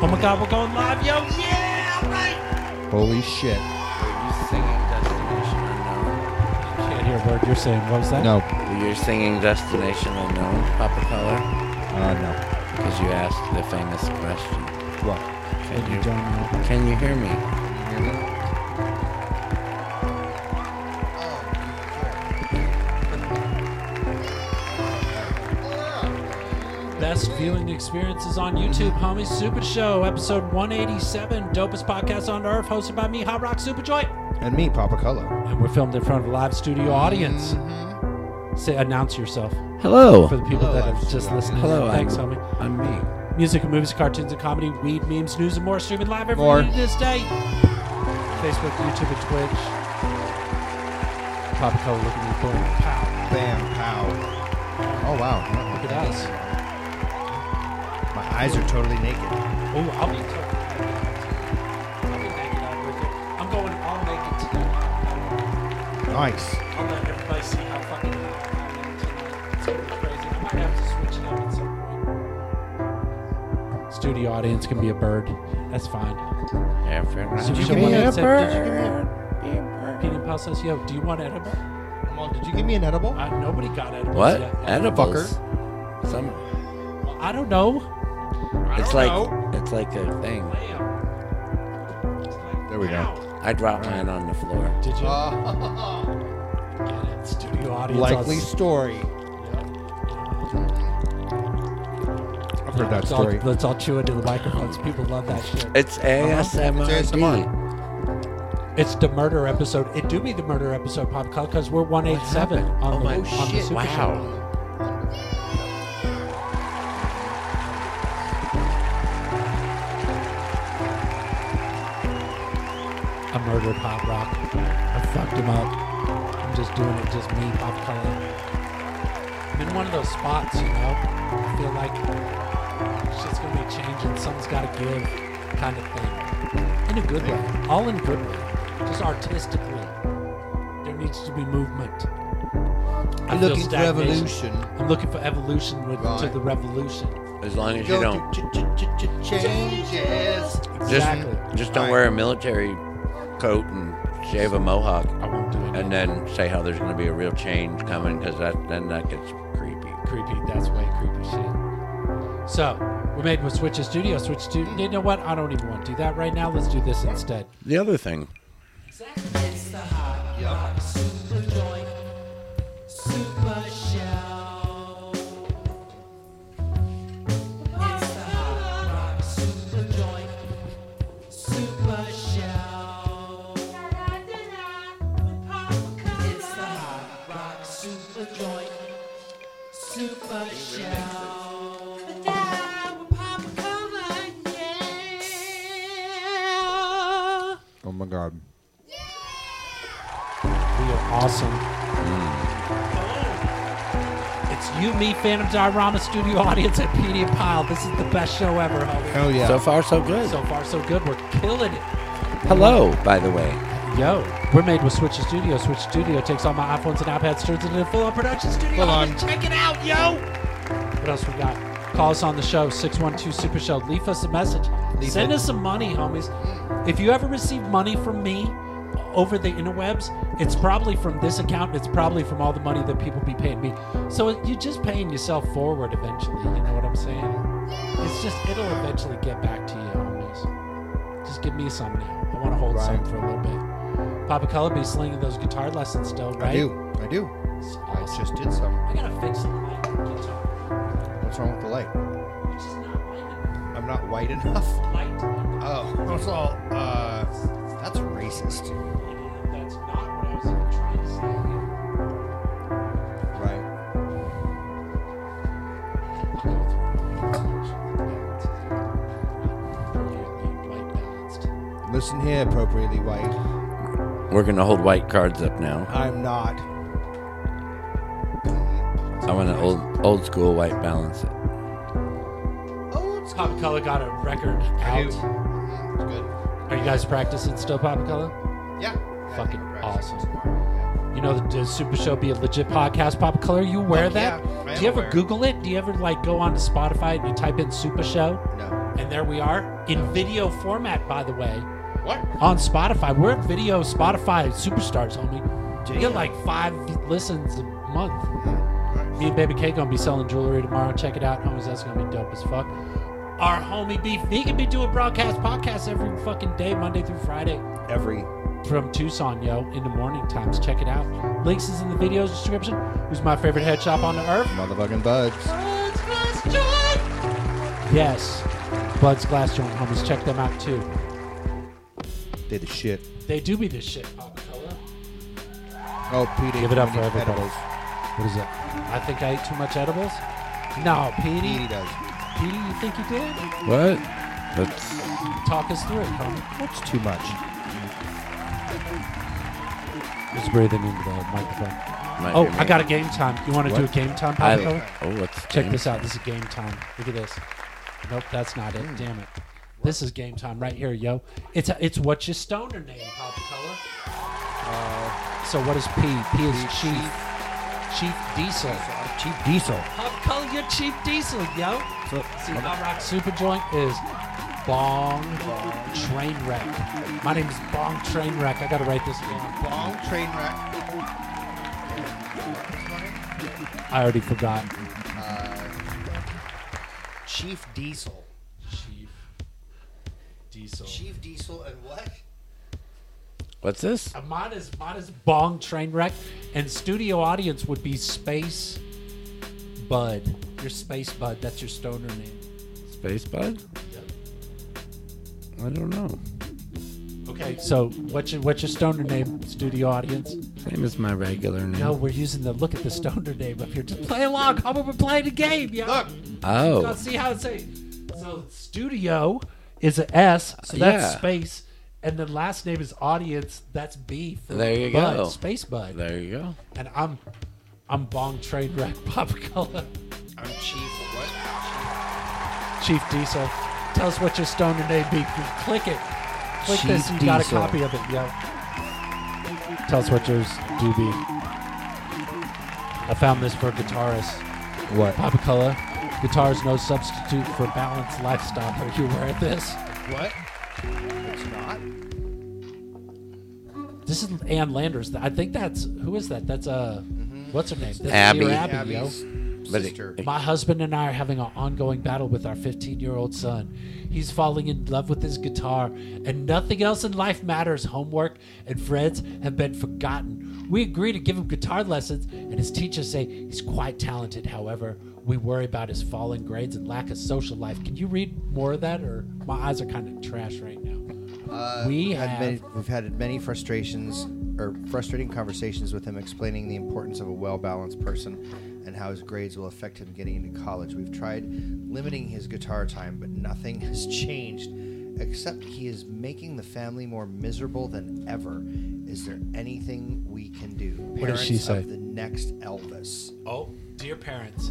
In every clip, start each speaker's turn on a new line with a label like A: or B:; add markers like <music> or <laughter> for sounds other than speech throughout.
A: Oh my God, we're going live, yo! Yeah, all right.
B: Holy shit.
C: Are you singing Destination Unknown?
A: Can't hear a word you're saying. What was that?
B: No.
C: Were you singing Destination Unknown, Papa Color?
B: Uh, no.
C: Because you asked the famous question.
B: What?
A: Thank
C: Can
A: you,
C: you,
A: John.
C: can you hear me?
A: Best viewing experiences on YouTube, homie. Super Show, episode 187, dopest podcast on earth, hosted by me, Hot Rock Superjoy,
B: And me, Papa Color.
A: and we're filmed in front of a live studio audience. Say, announce yourself for
C: Hello.
A: the people that have just listened.
C: Hello,
A: thanks,
C: I'm-
A: homie.
C: I'm me.
A: Music and movies, cartoons and comedy, weed, memes, news, and more streaming live every
B: More.
A: minute of this day. Facebook, YouTube, and Twitch. Papa Color looking at me, boom, pow,
B: Bam, pow. Oh, wow.
A: look at us.
B: My eyes are totally naked.
A: Oh, I'll be totally I'll be naked out with you. I'm going all naked tonight.
B: Nice.
A: I'll let everybody see how fucking hot I am tonight. It's gonna be crazy. I might have to switch it up at some point. Studio audience can be a bird. That's fine.
C: Yeah, fair enough.
A: So
B: Did you
A: Someone
B: give me
A: had
B: an
A: said, "Did you give me
B: edible?
A: Peanut Pal says, yo, do you want edible?
B: Well, did you give me an edible?
A: Uh, nobody got edibles
C: What?
A: yet.
C: Edibles? Some.
A: Well, I don't know.
C: It's
B: don't
C: like
B: know.
C: it's like a thing.
A: Lamb.
B: There we go.
A: Ow.
C: I dropped mine on the floor.
A: Did you
B: Uh, <laughs>
A: get it? Studio audience. on
B: likely
A: s-
B: story. I've heard that
A: Let's
B: story.
A: All, let's all chew into the microphones. People love that shit.
C: It's ASMR.
B: It's ASMR.
A: It's the murder episode. It do be the murder episode, Pop Culture, because we're 187
C: happened?
A: on
B: Oh
A: the
B: my
A: on the
B: shit.
A: Super Show.
C: Wow.
A: I murdered Pop Rock. I fucked him up. I'm just doing it, just me, Pop Culture. I'm in one of those spots, you know. I feel like shit's gonna be changing. Something's got to give, kind of thing. In a good way, all in good way, just artistically. There needs to be movement. I feel
B: Looking for
A: stagnation.
B: evolution.
A: I'm looking for evolution with, to
B: Right.
A: the revolution.
C: As long as you don't,
B: through ch- ch- ch- changes.
A: Exactly.
C: just just don't
B: Alright.
C: wear a military coat and shave a mohawk,
A: I won't do it.
C: and then say how there's going to be a real change coming, because that then that gets creepy.
A: creepy. That's way creepy shit. So we made with Switch a Studio. Switch Studio. You know what? I don't even want to do that right now. Let's do this instead.
C: The other thing.
A: It's the hot rock super joint super show. It's the hot rock super joint super show. It's the hot rock super joint super show.
B: Oh my god.
A: We are awesome. It's you, me, Phantom Diorama Studio audience at PD and Pile. This is the best show ever, homie.
B: Hell Oh, yeah.
C: So far, so good.
A: So far, so good. We're killing it.
C: Hello, by the way.
A: Yo, we're made with Switch Studio. Switch Studio takes all my iPhones and iPads, turns it into a full-on production studio.
B: Full on.
A: Check it out, yo. What else we got? Call us on the show, 612 Super Show. Leave us a message.
B: Leave
A: Send
B: it.
A: us some money, homies. If you ever receive money from me over the interwebs, it's probably from this account. It's probably from all the money that people be paying me. So you're just paying yourself forward eventually. You know what I'm saying? It's just, it'll eventually get back to you, homies. Just give me some now. I want to hold
B: Right.
A: some for a little bit. Papa Color be slinging those guitar lessons still, right?
B: I do. I do.
A: It's
B: I
A: awesome.
B: just did some.
A: I gotta fix the light guitar.
B: What's wrong with the light?
A: It's just not light
B: I'm not white <laughs> enough.
A: enough. Light.
B: Oh, that's all. Uh, that's racist.
A: That's not what I was trying to say.
B: Right.
A: I'll go through. Light balanced.
B: Listen here, appropriately white.
C: We're going to hold white cards up now.
B: I'm not.
C: I want to old old school white balance it.
B: Oh, it's
A: Papa Color got a record
B: I do.
A: out.
B: Mhm, It's good.
A: Are you guys practicing still, Papa Color?
B: Yeah. yeah I
A: Fucking
B: think we're practicing
A: awesome.
B: tomorrow,
A: You know, the, does Super Show be a legit podcast? Pop Color, you aware of
B: Fuck yeah,
A: that?
B: I am
A: Do you ever
B: aware.
A: Google it? Do you ever like go on to Spotify and you type in Super Show?
B: yeah. No.
A: And there we are in video format, by the way,
B: What?
A: on Spotify. We're a video Spotify superstars, homie. We get
B: Damn.
A: like five listens a month.
B: Alright.
A: Me and Baby K gonna be selling jewelry tomorrow. Check it out, homies. That's gonna be dope as fuck. Our homie Beef, he can be doing broadcast podcasts every fucking day, Monday through Friday
B: Every
A: from Tucson, yo, in the morning times. Check it out. Links is in the video's description. Who's my favorite head shop on the earth?
B: motherfucking buds.
A: Bud's Glass Joint. Yes, Bud's Glass Joint, homies. Check them out too.
B: Did the shit.
A: They do be the shit. Pop Color.
B: Oh, PD.
A: Give it up for everybody. What is it? I think I ate too much edibles. No, Petey.
B: PD does.
A: Petey, you think you did?
C: What? That's
A: Talk us through it, homie.
B: That's too much.
A: Just breathing into the microphone.
C: might
A: Oh,
C: be me.
A: I got a game time. You want to do a
C: What?
A: game time?
C: I-
A: Pop Color?
C: oh, what's
A: Check this out. This is game time. Look at this. Nope, that's not it. Damn it. This is game time right here, yo. It's it's what's your stoner name, Papa Cola? so what is P? P is Chief. Chief Diesel.
B: Cheap diesel.
A: Papa Cola, you're Chief Diesel, yo.
B: So,
A: See, my rock super joint is Bong Train Wreck. My name is Bong Train Wreck. I gotta write this down.
B: long train wreck.
A: I already forgot.
B: Chief Diesel.
A: Chief Diesel.
B: Chief Diesel and what?
C: What's this?
A: Uh, Mine is, mine is bong train wreck, and studio audience would be space bud. Your space bud. That's your stoner name.
C: Space bud? I don't know.
A: Okay. So what's your what's your stoner name, studio audience?
C: Same as my regular name.
A: No, we're using the look at the stoner name up here. Just play along. How about we're playing a game? Yeah.
B: Look.
A: Go
C: Oh,
A: see how it's a. So studio is a S. So that's
C: Yeah.
A: space. And then last name is audience. That's B. For
C: There you
A: bud,
C: go.
A: Space bud.
C: there you go.
A: And I'm, I'm bong train wreck <laughs> pop color.
B: I'm Chief what?
A: Chief Diesel. Tell us what your stoner name be. Click it. Click this. You
B: Chief
A: got a
B: Diesel.
A: copy of it. Yeah. Tell us what yours do be. I found this for guitarists.
B: What?
A: Papa Color. Guitar's no substitute for balanced lifestyle. Are you aware of this?
B: What? It's not.
A: This is Ann Landers. I think that's who is that? That's uh, what's her name? That's
C: Abby.
A: Dear Abby yo.
B: Mm-hmm. Abby's
C: But it-
B: sister.
A: My husband and I are having an ongoing battle with our 15 year old son. He's falling in love with his guitar, and nothing else in life matters. Homework and friends have been forgotten. We agree to give him guitar lessons, and his teachers say he's quite talented. However, we worry about his falling grades and lack of social life. Can you read more of that? Or my eyes are kind of trash right now. we
B: Uh, Had
A: have.
B: many- we've had many frustrations or frustrating conversations with him explaining the importance of a well balanced person and how his grades will affect him getting into college. We've tried limiting his guitar time, but nothing <laughs> has changed except he is making the family more miserable than ever. Is there anything we can do? Parents
A: What does she say?
B: Of the next Elvis.
A: Oh, dear parents,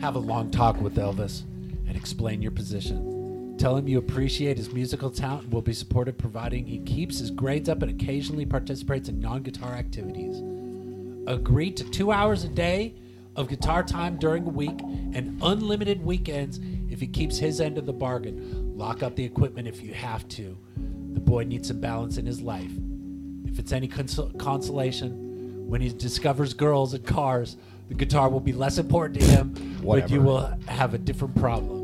A: have a long talk with Elvis and explain your position. Tell him you appreciate his musical talent and will be supportive providing he keeps his grades up and occasionally participates in non guitar activities. Agree to two hours a day of guitar time during a week and unlimited weekends if he keeps his end of the bargain. Lock up the equipment if you have to. The boy needs some balance in his life. If it's any cons- consolation, when he discovers girls and cars, the guitar will be less important to him, but you
B: Whatever.
A: will have a different problem.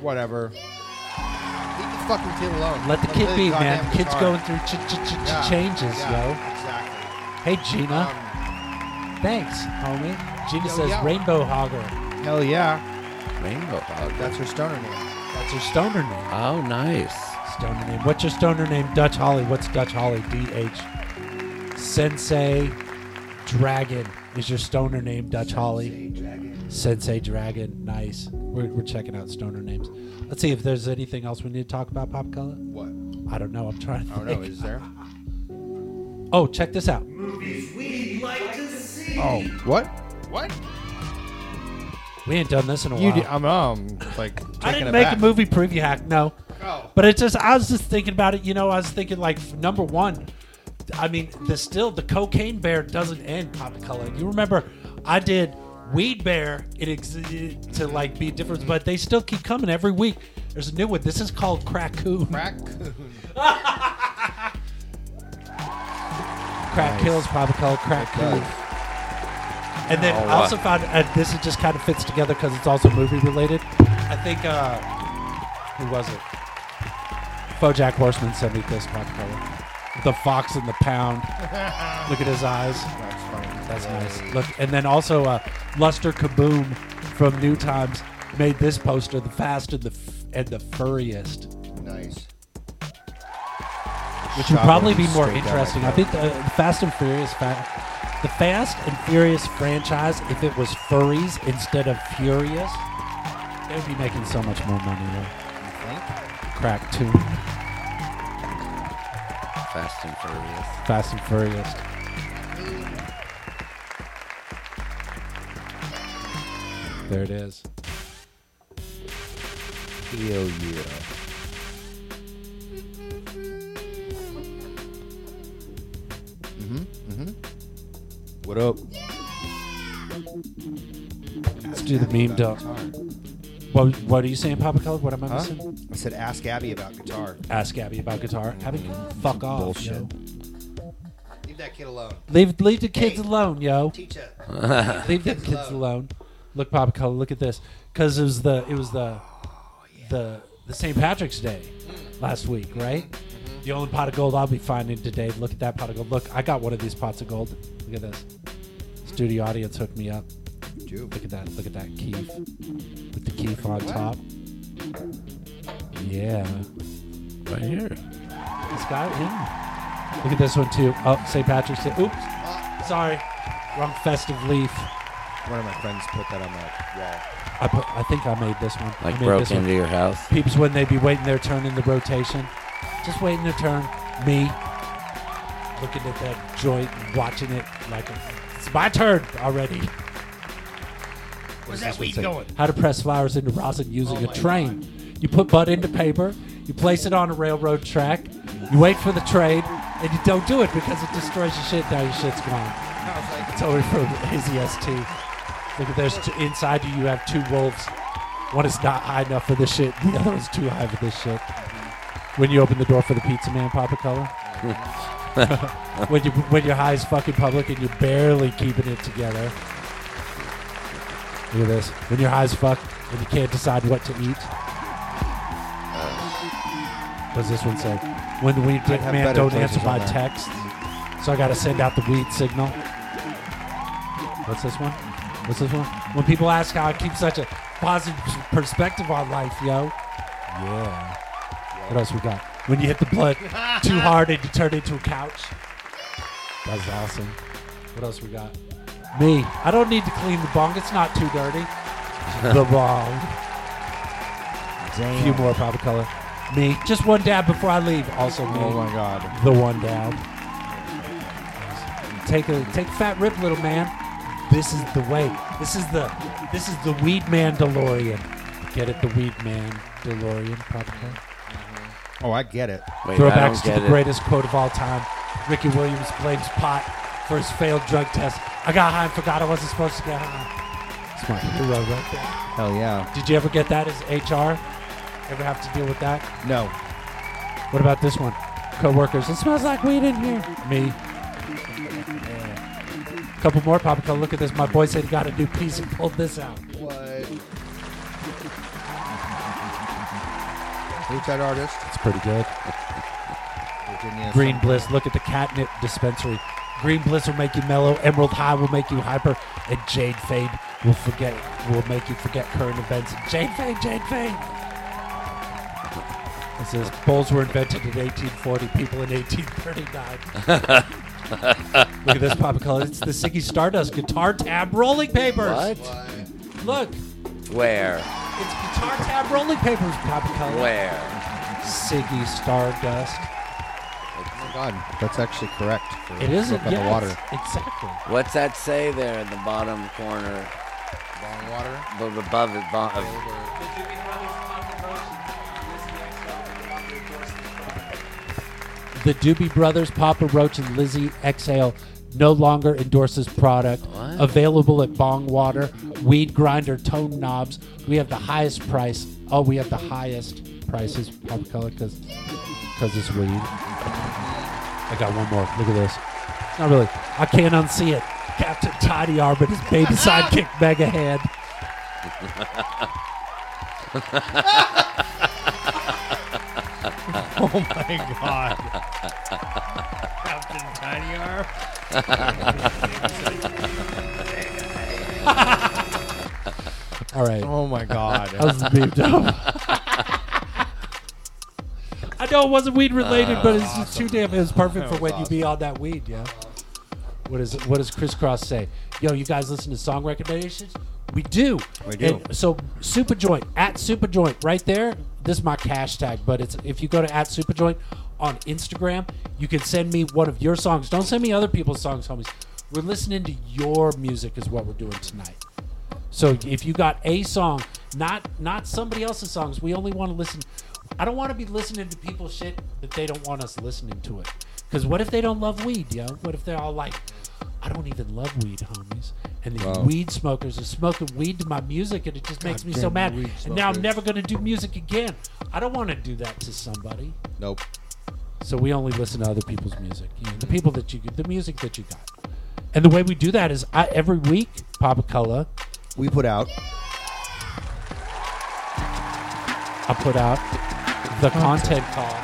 B: Whatever. Leave the fucking kid alone.
A: Let the kid
B: play
A: be,
B: goddamn
A: man. Kids
B: guitar.
A: going through ch- ch- ch-
B: Yeah,
A: changes,
B: yeah, Exactly.
A: yo. Hey, Gina.
B: Um,
A: Thanks, homie. Gina
B: yo,
A: says
B: yo.
A: Rainbow Hogger.
B: Hell yeah.
C: Rainbow bug.
B: That's her stoner name.
A: That's her stoner name.
C: Oh, nice.
A: Stoner name. What's your stoner name? Dutch Holly. What's Dutch Holly? D H. Sensei Dragon is your stoner name, Dutch Holly. Sensei Dragon, nice. We're, we're checking out stoner names. Let's see if there's anything else we need to talk about, Pop Color.
B: What?
A: I don't know. I'm trying to
B: I don't
A: think.
B: know. Is there?
A: Oh, check this out.
B: Oh, what? What?
A: We ain't done this in a
B: You?
A: while.
B: Did, I'm um like.
A: I
B: taken
A: didn't make
B: aback.
A: a movie preview hack, no.
B: Oh.
A: But it's just, I was just thinking about it. You know, I was thinking like f- number one. I mean, the still the cocaine bear doesn't end, Pop Color. You remember, I did Weed Bear it ex- to like be different, but they still keep coming every week. There's a new one. This is called Crackoon. <laughs>
B: Raccoon.
A: Crack
B: Nice.
A: Kills, probably called Crack Kills. And then I
C: Wow.
A: also found uh, this is just kind of fits together because it's also movie related. I think uh, who was it? Bojack Horseman sent me this popcorn. The fox and the <laughs> pound. Look at his eyes.
B: That's funny.
A: That's
B: Yay.
A: nice. Look, and then also uh, Luster Kaboom from New Times made this poster: the fast and the f- and the furriest,
B: Nice.
A: which
B: Shot
A: would probably
B: went
A: be more
B: straight down
A: interesting.
B: my
A: I
B: throat.
A: think the, the Fast and Furious, fa- the Fast and Furious franchise, if it was furries instead of furious, they would be making so much more money. Though.
B: You think?
A: Crack two,
C: Fast and Furious.
A: Fast and Furious. There it is.
B: Hell yeah. Mm-hmm. Mm-hmm. What up?
A: Let's do the meme dump. What, what are you saying, Papa Colour? What am I
B: Huh?
A: missing?
B: I said ask Abby about guitar.
A: ask Abby about guitar. Abby, fuck off.
B: Bullshit.
A: yo.
B: Leave that kid alone.
A: Leave leave the kids
B: Hey.
A: alone, yo.
B: Teacher.
A: Leave the kids alone. Look, Papa Color, look at this. Cause it was the it was the the the St. Patrick's Day last week, right? The only pot of gold I'll be finding today. Look at that pot of gold. Look, I got one of these pots of gold. Look at this. Studio audience hooked me up.
B: Dude.
A: Look at that. Look at that keef. With the keef on
B: What?
A: top. Yeah.
C: Right here.
A: This guy, yeah. Look at this one too. Oh, St. Patrick's Day. Oops. Sorry. Wrong festive leaf.
B: One of my friends put that on the wall.
A: I put, I think I made this one. I
C: Like
A: made
C: broke
A: this one.
C: into your house.
A: Peeps when they be waiting their turn in the rotation. Just waiting their turn. Me. Looking at that joint, watching it like it's my turn already.
B: Where's that weed going? Oh
A: How to press flowers into rosin using
B: my
A: a train. You put butt into paper, you place it on a railroad track, you wait for the train, and you don't do it because it destroys your shit. Now your shit's gone.
B: I was like,
A: It's over from Hazy ST. Look at there's two, inside you. You have two wolves. One is not high enough for this shit. The other one's too high for this shit. When you open the door for the pizza man, Papa
B: <laughs>
A: Color. when you when your high is fucking public and you're barely keeping it together. Look at this. When your high is fucked and you can't decide what to eat. What's this one say? When the weed dick
B: have
A: man
B: better
A: don't
B: choices
A: answer my
B: on that.
A: text, so I gotta send out the weed signal. What's this one? What's this one? When people ask how I keep such a positive perspective on life, yo. Yeah. What else we got? When you hit the blood too hard and you turn into a couch. That's awesome. What else we got? Me. I don't need to clean the bong. It's not too dirty. the bong. A
B: damn.
A: few more pop color. Me. Just one dab before I leave. Also me.
B: Oh my god.
A: The one dab. Take a take a fat rip, little man. This is the way. This is the this is the weed man DeLorean. Get it, the weed man DeLorean, probably.
B: Oh, I get it.
C: Wait, I
A: Throwbacks
C: don't
A: to the
C: get it.
A: greatest quote of all time. Ricky Williams blames pot for his failed drug test. I got high and forgot I wasn't supposed to get high. It's my hero right there.
B: Hell yeah.
A: Did you ever get that as HR? Ever have to deal with that?
B: No.
A: What about this one? Coworkers, it smells like weed in here. Me. Couple more, Papa. Cole. Look at this. My boy said he got a new piece and pulled this out.
B: What? Who's that artist?
A: It's pretty good.
B: Virginia
A: Green
B: something.
A: Bliss. Look at the catnip dispensary. Green Bliss will make you mellow. Emerald High will make you hyper, and Jade Fade will forget will make you forget current events. Jade Fade, Jade Fade. It says bowls were invented in 1840, people in 1839. <laughs> Look at this pop color. It's the Siggy Stardust guitar tab rolling papers.
C: What?
A: Look, it's
C: Where?
A: guitar tab rolling papers, pop color.
C: Where?
A: Siggy Stardust.
B: Oh my god. That's actually correct. for
A: It isn't.
B: Smoke on
A: Yeah,
B: the water.
A: it's- Exactly.
C: What's that say there in the bottom corner?
B: Long water.
C: ab- Above it, bo-
A: The Doobie Brothers, Papa Roach, and Lizzie Exhale no longer endorses product.
C: What?
A: Available at Bong Water, Weed Grinder, Tone Knobs. We have the highest price. Oh, we have the highest prices, pop color, because it's weed. I got one more. Look at this. It's not really. I can't unsee it. Captain Tidy Arm and
D: <laughs>
A: his baby sidekick Mega Head.
D: Oh my god. Captain Tiny Arm.
A: <laughs> All right.
D: Oh my
A: <laughs>
D: god.
A: That was beefed up. I know it wasn't weed related, but it's just too damn. It was perfect for
D: That
A: when
D: was
A: you be on that weed, yeah. What is what does Crisscross say? Yo, you guys listen to song recommendations? We do.
B: We do.
A: And so Superjoint at Superjoint right there. This is my cash tag, but it's if you go to at Superjoint on Instagram, you can send me one of your songs. Don't send me other people's songs, homies. We're listening to your music is what we're doing tonight. So if you got a song, not not somebody else's songs, we only want to listen. I don't want to be listening to people's shit that they don't want us listening to it. Because what if they don't love weed, yo? What if they're all like, I don't even love weed, homies. And these weed smokers are smoking weed to my music, and it just makes me so
D: Goddamn
A: mad.
D: weed
A: And now I'm
D: smokers.
A: never gonna do music again. I don't want to do that to somebody.
B: Nope.
A: So we only listen to other people's music, you know, the
D: Mm-hmm.
A: people that you, the music that you got. And the way we do that is I, every week, Papa Cola,
B: We put out
A: I put out the content call.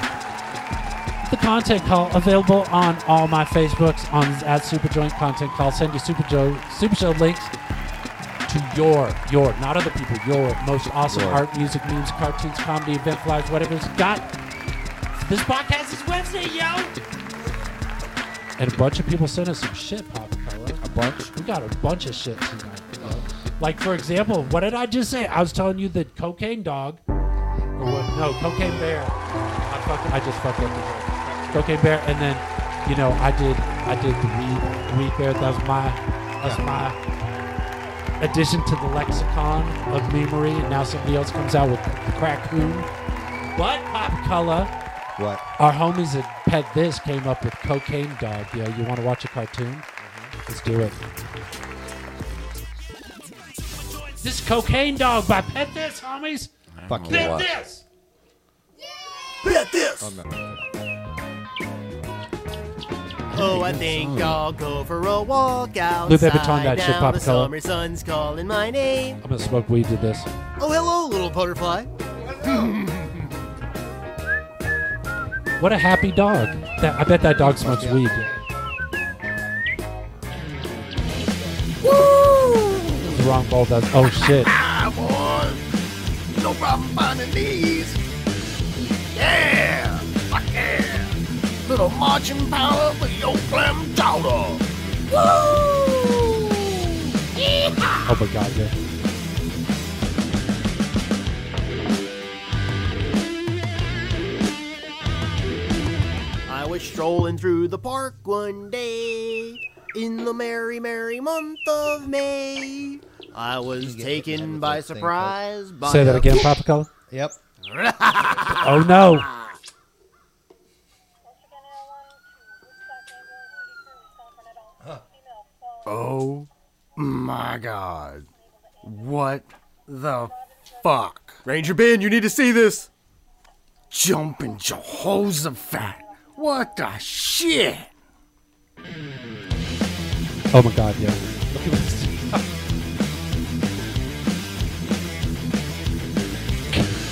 A: The content call available on all my Facebooks on at Superjoint Content Call. Send your Super Joe Super Show links to your your not other people your most awesome
B: Your.
A: art, music, memes, cartoons, comedy, event flyers, whatever's got. This podcast is Wednesday, yo. And a bunch of people sent us some shit, Papa Color.
B: a bunch.
A: We got a bunch of shit tonight. Like for example, what did I just say? I was telling you that cocaine dog, or what? No, cocaine bear. I fucking, I just fucked up. the word. Cocaine bear, and then, you know, I did, I did the weed, weed bear. That was my, that's my addition to the lexicon of memory. And now somebody else comes out with crack coon. But pop color,
B: What?
A: our homies at Pet This came up with Cocaine Dog. Yo, you want to watch a cartoon? Let's do it. This is Cocaine Dog by Pet This, homies.
B: Fuck
A: Pet
B: yeah.
C: Wow.
A: This.
E: Oh, I think I'll go for a walk outside.
A: Lupe Vuitton, that shit,
E: now.
A: Papa
E: The
A: Color.
E: summer sun's calling my name.
A: I'm gonna smoke weed to this.
E: Oh, hello, little butterfly.
A: What a happy dog. That, I bet that dog smokes weed. The wrong ball does. Oh shit.
E: No problem finding these. Yeah, fuck yeah. Little marching power for your glam daughter. Woo! Yeehaw!
A: Oh my god, yeah.
E: I was strolling through the park one day in the merry, merry month of May. I was
B: get hit in the head
E: taken
B: with
E: by
B: that thing,
E: surprise by
A: Say that
E: a-
A: again, Papa Color.
B: Yep.
A: Oh no.
D: Oh my god. What the fuck? Ranger Ben, you need to see this. Jumping Jehoshaphat. What the shit?
A: Oh my god, yeah. Look at this. <laughs>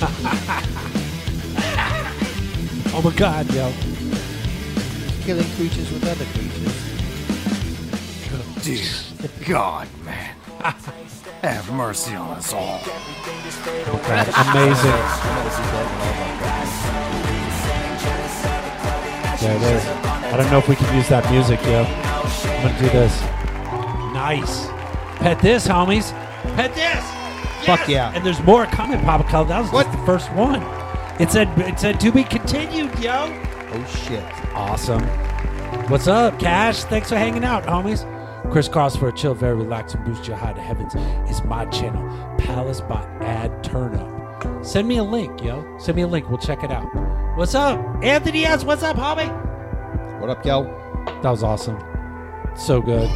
A: oh my god, yo.
B: Killing creatures with other creatures.
D: Dear God, man. Have mercy on us all.
A: God, amazing. Yeah, it is. I don't know if we can use that music, yo. I'm gonna do this. Nice. Pet this, homies. Pet this.
B: Fuck yeah.
A: And there's more coming, Papa Cal. That was just
B: What?
A: the first one. It said it said to be continued, yo.
B: Oh shit.
A: Awesome. What's up, Cash? Thanks for hanging out, homies. Crisscross for a chill, very relaxed, and boost your high to heavens is my channel, Palace by Ad Turnup. Send me a link, yo. Send me a link. We'll check it out. What's up, Anthony S? What's up, homie?
B: What up, y'all?
A: That was awesome. So good.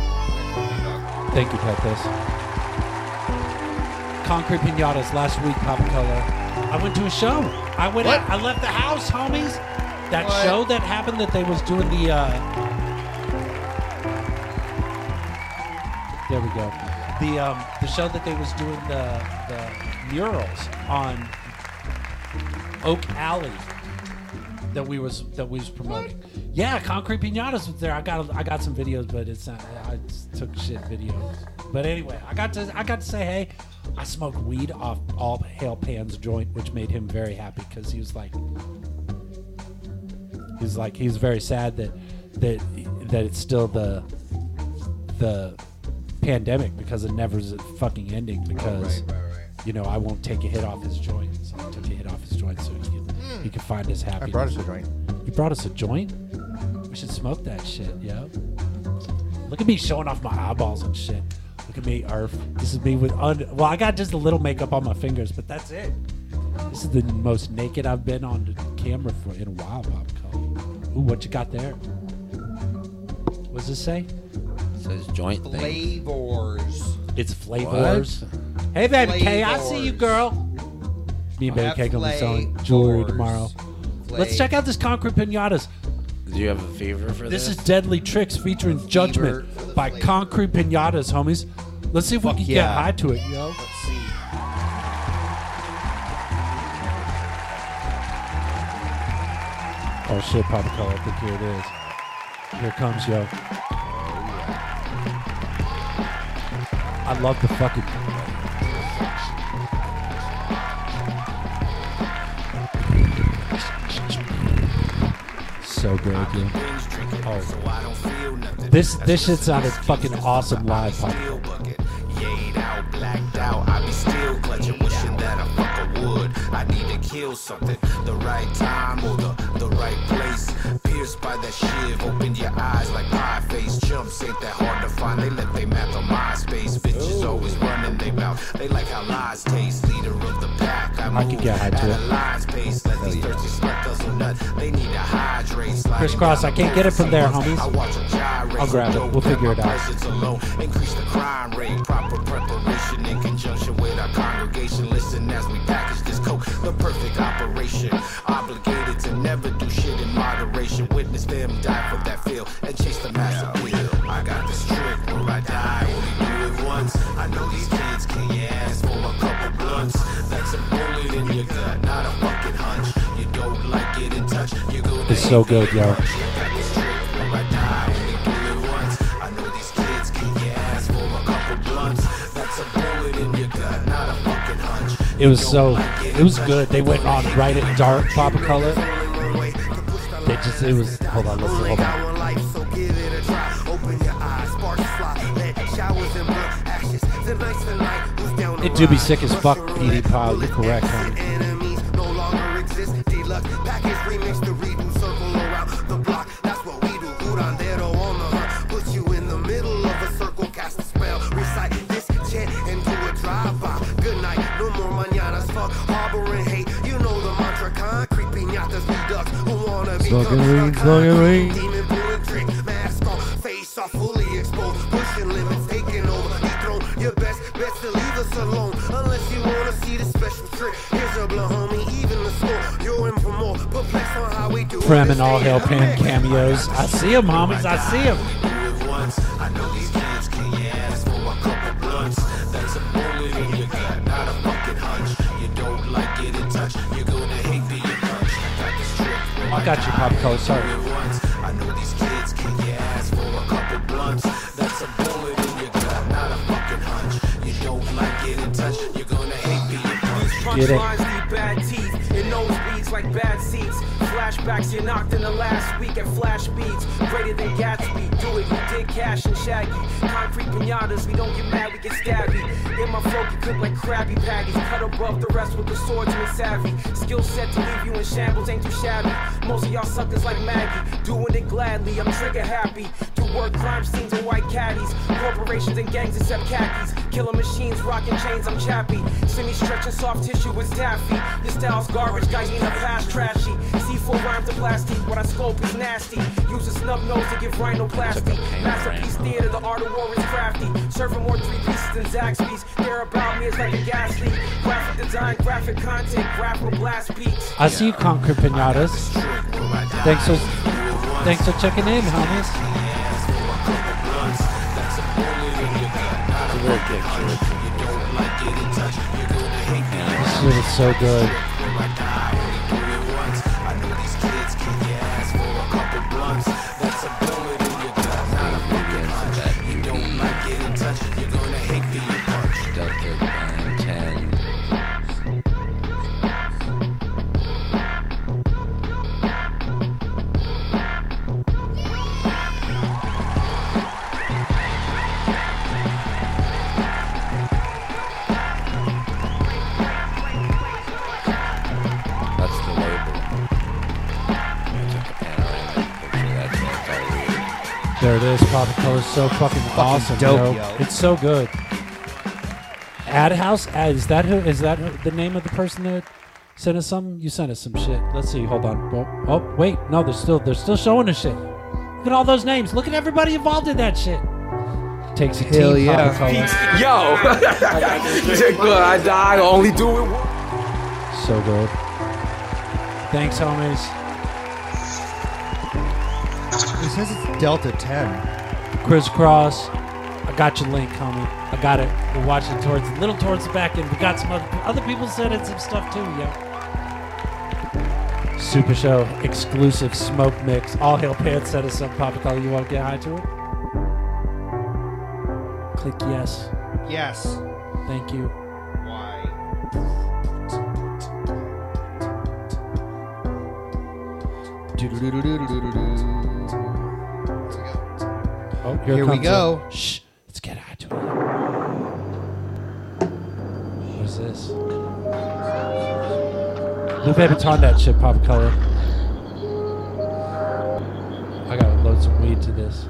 A: Thank you, Peltas. Concrete pinatas last week, Pop Color. I went to a show. I went.
B: What?
A: Out, I left the house, homies. That
B: What?
A: show that happened that they was doing the. Uh... There we go. The um, the show that they was doing the the murals on Oak Alley that we was that we was promoting. Yeah, concrete pinatas was there. I got I got some videos, but it's not. I just took shit videos. But anyway, I got to I got to say hey. I smoked weed off all Hail Pan's joint, which made him very happy because he was like, he's like he's very sad that that that it's still the the pandemic because it never is fucking ending because you know I won't take a hit off his joint so I took a hit off his joint so he could he could find his
B: I
A: happiness
B: brought us a drink.
A: you brought us a joint we should smoke that shit yo look at me showing off my eyeballs and shit look at me Irf this is me with un- well I got just a little makeup on my fingers but that's it this is the most naked I've been on the camera for in a while pop Culp. ooh what you got there what's this say
C: It says joint thing.
B: Flavors.
A: It's flavors. Hey, baby K, I see you,
B: Flavors.
A: girl. Me and baby K gonna be selling jewelry tomorrow. Let's check out this concrete pinatas.
C: Do you have a fever for
A: This
C: this?
A: is Deadly Tricks featuring Judgment
B: for the
A: by
B: flavor.
A: Concrete Pinatas, homies. Let's see if we
B: Fuck
A: can get
B: yeah.
A: high to it, yo.
B: Let's see.
A: Oh shit, Papa Color, I think here it is. Here it comes, yo. I love the fucking. So good, yo. Oh. This this shit sounded fucking awesome live, Pop.
F: steel bucket. Yayed out, blacked out. I be still clutching, wishing that I fucker would. I need to kill something. The right time or the, the right place. Pierced by that shiv, open your eyes like pie face. Chumps ain't that hard to find. They let they map on MySpace. Bitches always running they mouth. They like how lies taste. Leader of the pack. I,
A: I could
F: move
A: get high to
F: at
A: it.
F: a lion's pace. Let these thirsty slut guzzle nut. They need to hydrate. Sliding
A: Crisscross,
F: down
A: I can't get it from there,
F: doors.
A: homies.
F: I watch 'em gyrate.
A: I'll grab it.
F: Don't
A: We'll figure it
F: let
A: out.
F: my presence alone. Increase the crime rate. Proper preparation in conjunction with our congregation. Listen as we package this coke, the perfect operation. Obligated to never do shit in moderation. Witness them die for that feel and chase the mass appeal. I got this trick, will I die? Only do it once. I know these kids can't ask for a couple blunts. That's a bullet in your gut, not a fucking hunch. You don't like it in touch, you go to
A: It's so good, yo.
F: I know these kids get your ass for a couple blunts. That's a bullet in your gut, not a fucking hunch.
A: It was so, it was good. They went on right at dark, Papa Color. They just, it was. Hold on, listen, hold on. It do be sick as fuck, PD Pile. You're correct, homie.
F: Enemies no longer exist. Deluxe package remix to redo circle around the block. That's what we do. Curandero on the hunt. Put you in the middle of a circle, cast a spell. Recite this chant and do a drive by. Good night, no more mananas. Fuck harboring hate. You know the mantra concrete pinatas. We ducks who wanna be
D: weed, smoking weed.
F: Demon pulling trick, mask on, face off, fully exposed. Pushing limits, taking over, dethrone your best. Best to leave us alone unless you wanna see the special trick. Here's a blow, homie, even the score. You're in for more. Perplexed on how we do it.
A: Prem and all hell Pam cameos. I see them, homies. I see them.
F: Do it once. I know these kids can ask for a couple blunts. That's a bullet in your gut, not a fucking hunch. You don't like it in touch, you're gonna hate the punch. Got this trick.
A: I got you, Pop Color. Sorry.
F: I know these kids kick your ass for a couple blunts. That's a bullet in your gut, not a fucking hunch. You don't like it in touch, you're gonna hate being punched.
A: Get it.
G: Punchlines need bad teeth and nosebleeds like bad seats. Flashbacks you knocked in the last week at flash beats. Greater than Gatsby, do it. You did cash and shaggy. Concrete pinatas, we don't get mad, we get stabby. In my flow, you cook like Krabby Patties. Cut above the rest with the swords and savvy. Skill set to leave you in shambles ain't too shabby. Most of y'all suckers like Maggie, doing it gladly. I'm trigger happy. Do work crime scenes in white caddies. Corporations and gangs accept khakis. Killer machines, rocking chains, I'm chappy. Semi stretching soft tissue is taffy. Your style's garbage, guys need a pass trashy. C4 rhymes to plastic. What I scope is nasty. Use a snub nose to give rhinoplasty.
C: cocaine
G: Masterpiece
C: rhyme.
G: theater, the art of war is crafty. Serving more three pieces than Zaxby's. They're about me, it's like a gas leak. Graphic design, graphic content, rapper blast beats.
A: I see you, Conquer Pinatas. Thanks for, thanks for checking in, homies. This shit is so good.
C: Delta nine ten. That's the label. I took a panoramic picture. That's all weird.
A: There it is. Papa Color is so fucking, awesome,
B: dope,
A: yo.
B: yo.
A: It's so good. Ad House Ad, is that who, is that who, the name of the person that sent us some? You sent us some shit. Let's see. Hold on. Oh, oh, wait, no, they're still they're still showing us shit. Look at all those names. Look at everybody involved in that shit. Takes a
B: Hell
A: team.
B: yeah.
A: Papa Cola.
H: Yo, <laughs> I die. I only do it. once.
A: So good. Thanks, homies.
B: It says it's Delta 10.
A: Crisscross. I got your link, homie. I got it. We're watching towards a little towards the back end. We got some other, other people sent in some stuff too, yo. Super Show exclusive smoke mix. All hail pants sent us some Papa Color. You want to get high to it? Click yes.
B: Yes.
A: Thank you.
B: Why?
A: Oh, here,
B: Here we
A: comes it.
B: go.
A: Shh. Let's get high to it. What is this? Lupe Baton that shit, Pop Color. I gotta load some weed to this.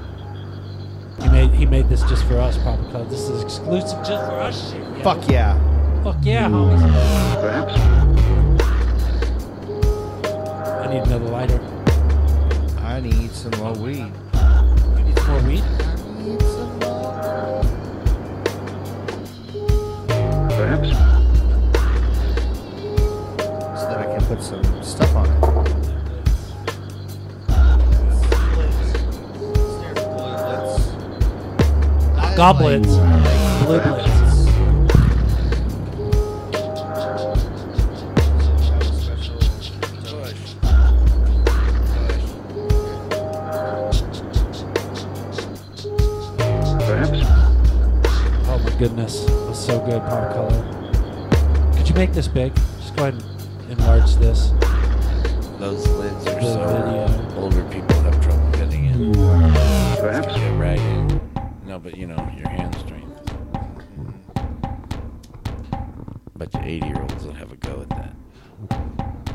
A: He made he made this just for us, Papa Color. This is exclusive just for us shit. yo.
B: Fuck yeah.
A: Fuck yeah, homies. I need another lighter.
B: I need some more weed.
A: You need some more weed?
B: So that I can put some stuff on it.
A: Goblets. Bliblets. Oh my goodness, it's so good, pop color. Could you make this big? Just go ahead and enlarge this.
C: Those lids are
A: The
C: so
A: video.
C: older people have trouble getting in. Perhaps get right in. No, but you know your hand strength. But your eighty-year-olds will have a go at that.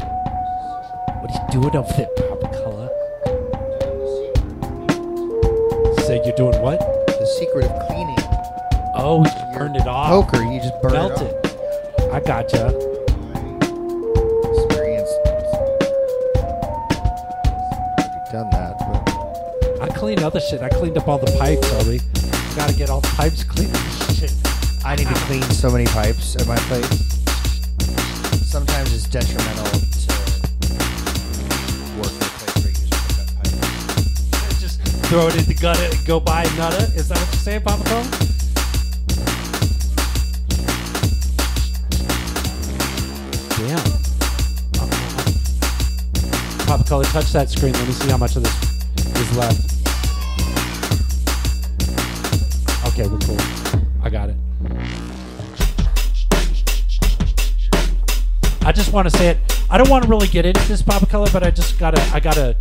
A: What are you doing up there, pop color? Say you're doing what?
B: The secret of cleaning.
A: Oh, you burned it off.
B: Poker, you just burn
A: Melt
B: Ah. it.
A: it. I gotcha.
B: off. Experience. Already Done that, but
A: I cleaned other shit. I cleaned up all the pipes already. Gotta get all the pipes cleaned. Shit.
B: I need to clean so many pipes at my place. Sometimes it's detrimental to work at a place where you just pick up pipes.
A: Just throw it in the gutter and go buy another. Is that what you're saying, Papa Cole? Damn. Papa Color, touch that screen. Let me see how much of this is left. Okay, we're cool. I got it. I just want to say it. I don't want to really get into this Papa Color, but I just gotta, I gotta,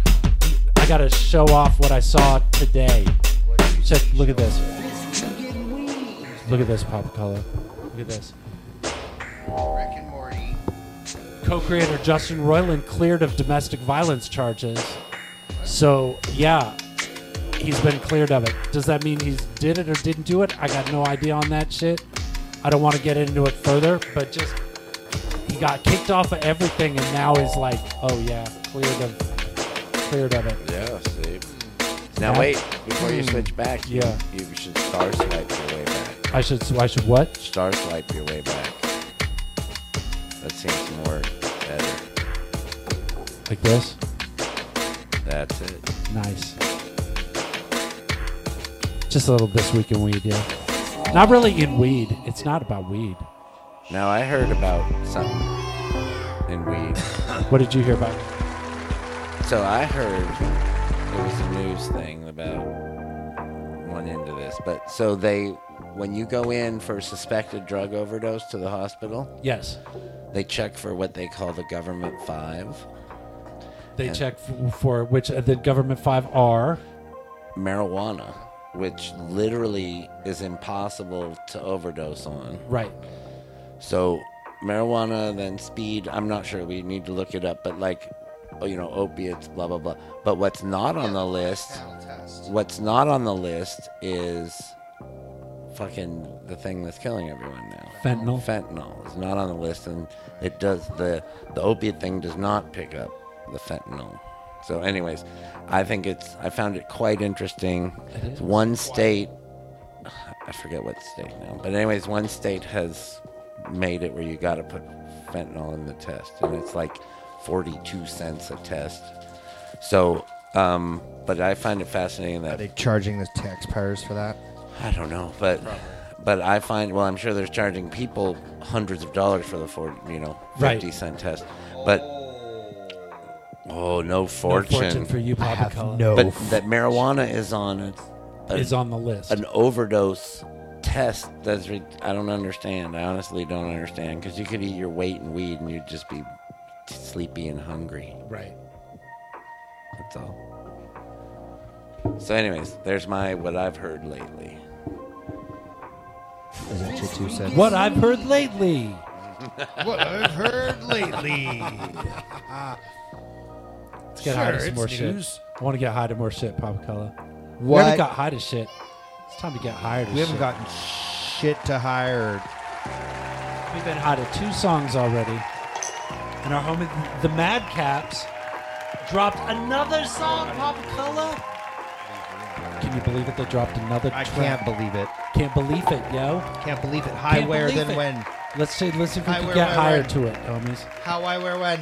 A: I gotta show off what I saw today. Check, look at this. Look at this Papa Color. Look at this.
B: Rick and Morty.
A: Co-creator Justin Roiland cleared of domestic violence charges. So yeah, he's been cleared of it. Does that mean he's did it or didn't do it? I got no idea on that shit. I don't want to get into it further, but just he got kicked off of everything and now is like, oh yeah, cleared of cleared of it.
C: Yeah, see. Now
A: Yeah.
C: wait, before you switch back, you-
A: Yeah.
C: you, should star swipe your way back.
A: I should so I should what?
C: Star swipe your way back. That seems more better.
A: Like this?
C: That's it.
A: Nice. Just a little this week in weed, yeah. Not really in weed. It's not about weed.
C: Now I heard about something in weed.
A: What did you hear about?
C: So I heard it was a news thing about one end of this, but so they, when you go in for suspected drug overdose to the hospital,
A: Yes.
C: they check for what they call the government five
A: They
C: And-
A: check f- for which uh, the government five are.
C: marijuana, which literally is impossible to overdose on.
A: Right.
C: So marijuana, then speed. I'm not sure. We need to look it up. But like, oh, you know, opiates, blah blah blah. But what's not on the list?
B: Test.
C: What's not on the list is fucking the thing that's killing everyone now.
A: Fentanyl.
C: Fentanyl is not on the list, and it does the the opiate thing does not pick up the fentanyl. So, anyways, I think it's I found it quite interesting.
A: It is.
C: One state, I forget what state now, but anyways, one state has made it where you got to put fentanyl in the test, and it's like forty two cents a test. So, um, but I find it fascinating that
B: Are they charging the taxpayers for that?
C: I don't know, but but I find well, I'm sure there's charging people hundreds of dollars for the forty, you know,
A: Right.
C: fifty cent test, but oh, no fortune.
A: No fortune for you, Papa Cola.
B: no.
C: But that marijuana is on a, a-
A: Is on the list.
C: an overdose test. That's re- I don't understand. I honestly don't understand because you could eat your weight in weed and you'd just be sleepy and hungry.
A: right.
C: That's all. So, anyways, there's my what I've heard lately.
B: Is that your two cents?
A: What I've heard lately.
D: What I've heard lately.
A: Let's get high to some more shit. I want to get high to more shit, Papa Cola. We
B: What?
A: haven't got high to shit. It's time to get higher to
B: We haven't
A: shit.
B: gotten shit to hire.
A: We've been high to two songs already. And our homie, the Madcaps, dropped another song, Papa Cola. Can you believe it? They dropped another
B: I
A: track.
B: can't believe it.
A: Can't believe it, yo.
B: Can't believe it. High
A: Can't
B: where
A: believe
B: then
A: it.
B: when?
A: Let's see, let's see if we
B: Hi,
A: can
B: where,
A: get
B: where,
A: higher
B: where?
A: to it, homies.
B: How I wear when?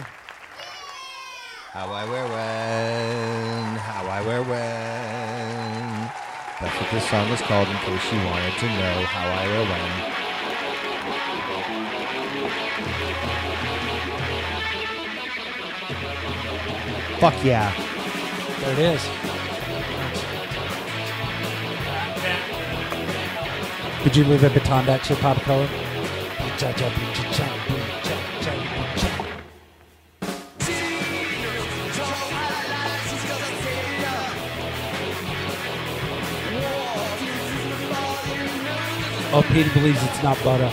B: How I wear when? How I wear when? That's what this song was called. In case you wanted to know how I wear when. Fuck yeah!
A: There it is. Could you leave a baton that shit, Papa Cola? Oh, Petey believes it's not butter.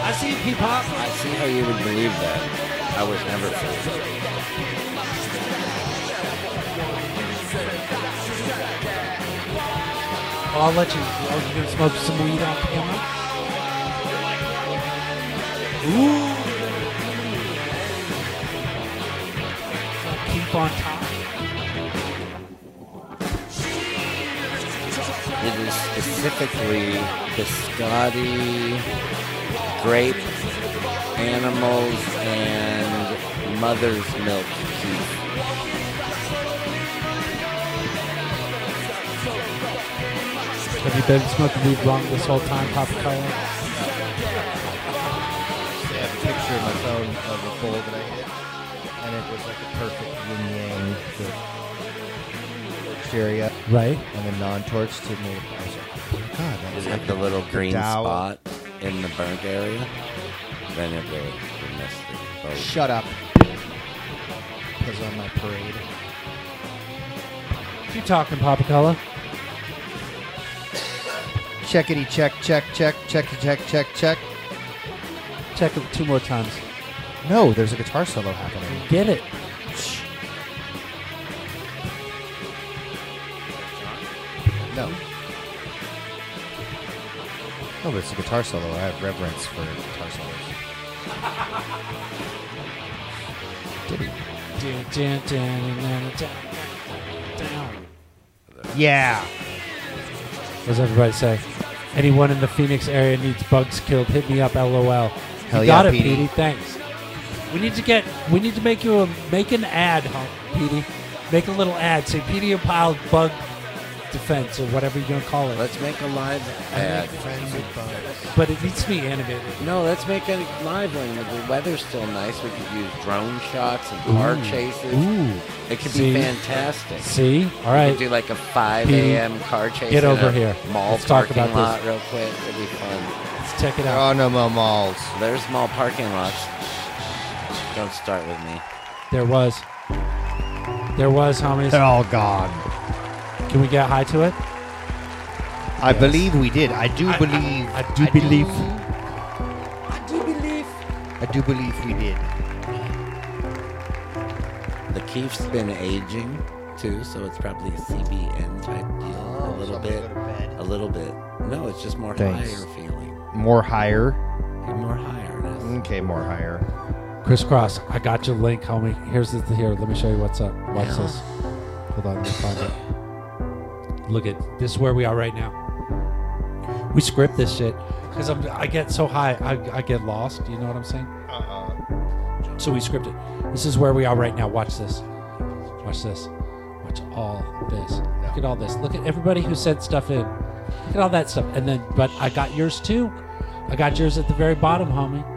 A: I see you, P-Pop.
C: I see how you would believe that. I was never fooled.
A: Oh, I'll let you. Are you gonna smoke some weed off camera? Ooh. Keep on top.
C: It is specifically biscotti, grape, animals, and mother's milk tea.
A: Have you been smoking weed wrong this whole time, Papa Color?
B: I have a picture in my phone of a bowl that I hit, and it was like a perfect yin yang with Syria
A: Right.
B: and the non-torch to me. I was like, oh my god, that
C: Is
B: was
C: it the little green
B: Dow.
C: spot in the burnt area? Then it really you missed it. Oh,
B: Shut up. Because on my parade.
A: You talking, Papa Color?
B: Checkity check check check check check check check.
A: Check it two more times.
B: No, there's a guitar solo happening.
A: Get it.
B: No. No, but it's a guitar solo. I have reverence for guitar solos. Diddy.
A: Dun, dun, dun, dun, dun, dun, dun, dun.
D: Yeah.
A: What does everybody say? Anyone in the Phoenix area needs bugs killed? Hit me up, lol.
B: Hell
A: you
B: yeah,
A: got it,
B: Petey.
A: Petey. Thanks. We need to get. We need to make you a make an ad, huh, Petey. Make a little ad. Say Petey Pile Bug Defense or whatever you're gonna call it.
C: Let's make a live ad.
A: but it needs to be animated.
C: No, let's make a live one. The weather's still nice. We could use drone shots and car chases.
A: Ooh.
C: It could
A: See?
C: be fantastic.
A: See. All
C: We
A: right.
C: could do like a 5
A: Petey,
C: a.m. car chase.
A: get
C: in
A: over
C: a
A: here.
C: Mall
A: Let's talk
C: parking
A: about
C: lot
A: this.
C: real quick. It'd be fun.
A: Let's check it
B: There
A: out.
B: are no more malls.
C: There's mall parking lots. Don't start with me.
A: There was. There was, homies.
D: They're all gone.
A: Can we get high to it?
B: I believe we did. I do believe.
A: I do believe.
B: I do believe. I do believe we did.
C: The keef's been aging too, so it's probably a CBN type deal. a little
B: I'm gonna
C: bit.
B: go to bed.
C: A little bit. No, it's just more
B: Thanks.
C: higher feeling.
B: More higher.
C: You're more higher.
B: Okay, more higher.
A: Crisscross, I got your link, homie. Here's the here. Let me show you what's up. Watch
C: Yeah.
A: this. Hold on, let me find it. Look at this. Is where we are right now. We script this shit because I'm I get so high, I, I get lost. You know what I'm saying? Uh-uh. So we script it. This is where we are right now. Watch this. Watch this. Watch all this. Look at all this. Look at everybody who sent stuff in. Look at all that stuff. And then, but I got yours too. I got yours at the very bottom, homie.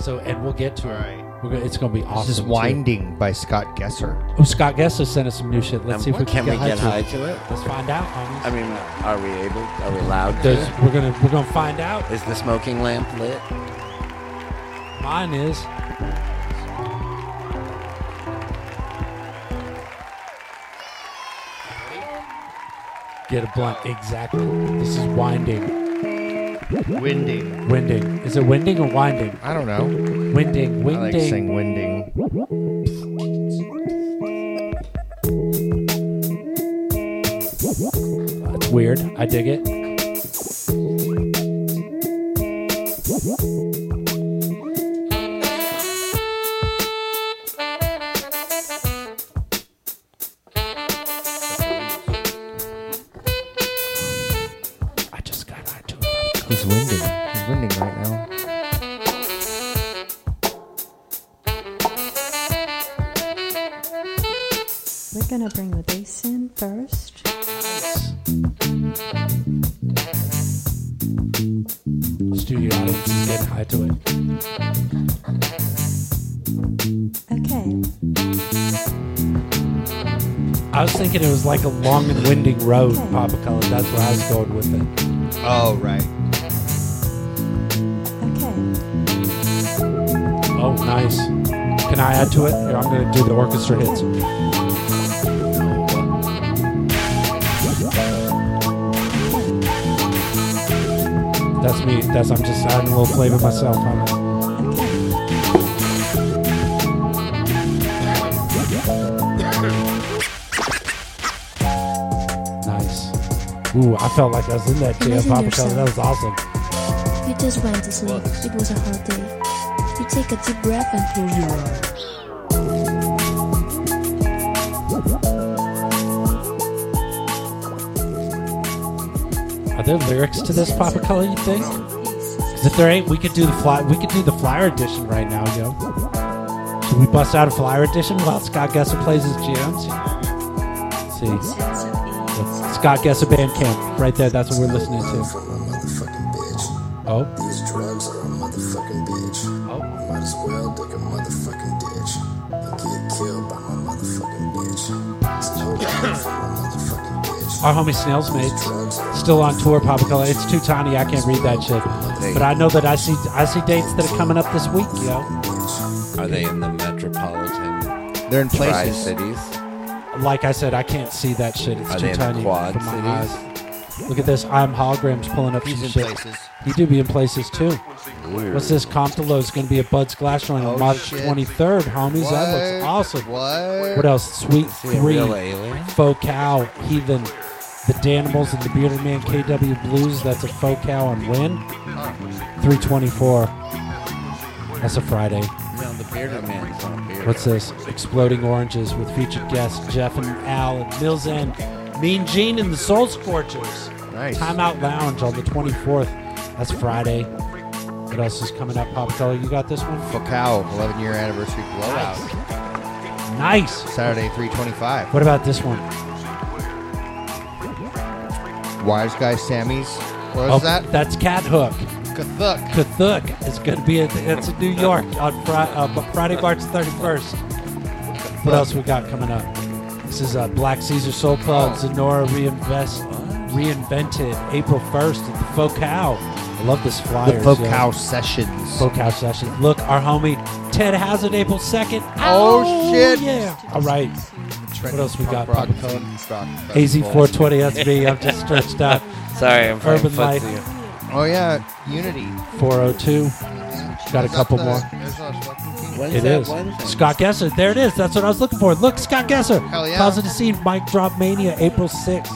A: So, and we'll get to it. We're gonna, it's going to be awesome.
B: This is
A: too.
B: Winding by Scott Gesser.
A: Oh, Scott Gessler sent us some new shit. Let's
C: And
A: see if we
C: can
A: can,
C: we get high
A: to it.
C: to it?
A: Let's find out, homie.
C: I mean, are we able? Are we allowed to?
A: There's- we're gonna we're gonna find out.
C: Is the smoking lamp lit?
A: Mine is. Get a blunt. Exactly. This is winding.
B: Winding.
A: Winding. Is it winding or winding?
B: I don't know.
A: Winding.
B: I like saying
A: Winding.
B: winding.
A: It's weird. I dig it. I just got high to it.
B: He's winding. He's winding right now.
I: We're gonna bring the bass in first.
A: Studio audience is getting high to it.
I: Okay,
A: I was thinking it was like a long and winding road, Papa Color. That's where I was going with it.
B: Oh right.
I: okay.
A: Oh, nice. Can I add to it? Here, I'm going to do the orchestra hits. That's me. That's I'm just adding a little flavor myself on it. Nice. Ooh, I felt like I was in that jam,
I: Imagine
A: Papa Color.
I: yourself.
A: That was awesome.
I: You just went to sleep. It was a hard day. You take a deep breath and close your eyes.
A: Are there lyrics to this Papa Color? You think? 'Cause if there ain't, we could do the fly. We could do the flyer edition right now, yo. Should we bust out a flyer edition while Scott Gesser plays his jams? See, Scott Gesser Bandcamp, right there. That's what we're listening to.
J: motherfucking bitch.
A: Oh,
J: These drugs are a motherfucking bitch.
A: oh,
J: Might as well dig a motherfucking ditch and get killed by my motherfucking bitch. It's no love for my motherfucking bitch.
A: our homie Snails Mates, still on tour. Papa Color. It's too tiny. I can't read that shit. But I know that I see. I see dates that are coming up this week, yo.
C: Are they in the metropolitan
B: They're in
C: tri
B: places.
C: cities?
A: Like I said, I can't see that shit. It's
C: Are
A: too
C: they in the
A: tiny
C: Quad
A: for my
C: Cities?
A: eyes. Look at this. I'm holograms pulling up
B: He's
A: some
B: in
A: shit.
B: places.
A: He do be in places too. What's this? Comptolo is going to be at Bud's Glass Joint on
B: Oh,
A: March
B: shit.
A: 23rd, homies. That looks awesome.
B: What?
A: What else? Sweet
C: See a real
A: Three,
C: alien?
A: Focal, Heathen, The Danimals and the Bearded Man KW Blues. That's a faux cow on Win. 324. That's a Friday.
C: No, the bearded man's not bearded.
A: What's this? Exploding Oranges with featured guests Jeff and Al and Mills and Mean Gene and the Soul Scorchers.
B: Nice.
A: Time Out Lounge on the 24th. That's Friday. What else is coming up, Pop Color? You got this one?
B: Focal, 11 year anniversary blowout.
A: Nice.
B: Saturday, 325.
A: What about this one?
B: Wise Guy Sammy's. What
A: Oh,
B: was that?
A: That's Cat Hook.
B: Kathuk.
A: Kathuk is going to be at it's in New York on Fri uh, b- Friday, March 31st. What else we got coming up? This is uh, Black Caesar Soul Club, Zenora Reinvest, Reinvented, April 1st at the Focal. I love this flyer.
B: Focal Sessions.
A: Focal Sessions. Look, our homie Ted Hazard, April 2nd.
B: Oh, shit.
A: Yeah. All right. What else we got?
B: Rock,
A: Papa
B: Rock,
A: Tony?
B: Rock, Rock, Rock.
A: AZ420, that's me. I'm just stretched out.
C: <laughs> Sorry, I'm playing
A: Urban Life
C: footsie.
B: Oh, yeah. Unity.
A: 402. Got a couple more.
C: When's
A: It
C: that
A: is.
C: one thing?
A: Scott Gesser. There it is. That's what I was looking for. Look, Scott Gesser.
B: Hell yeah.
A: Cause of the Scene, Mike Drop Mania, April 6th.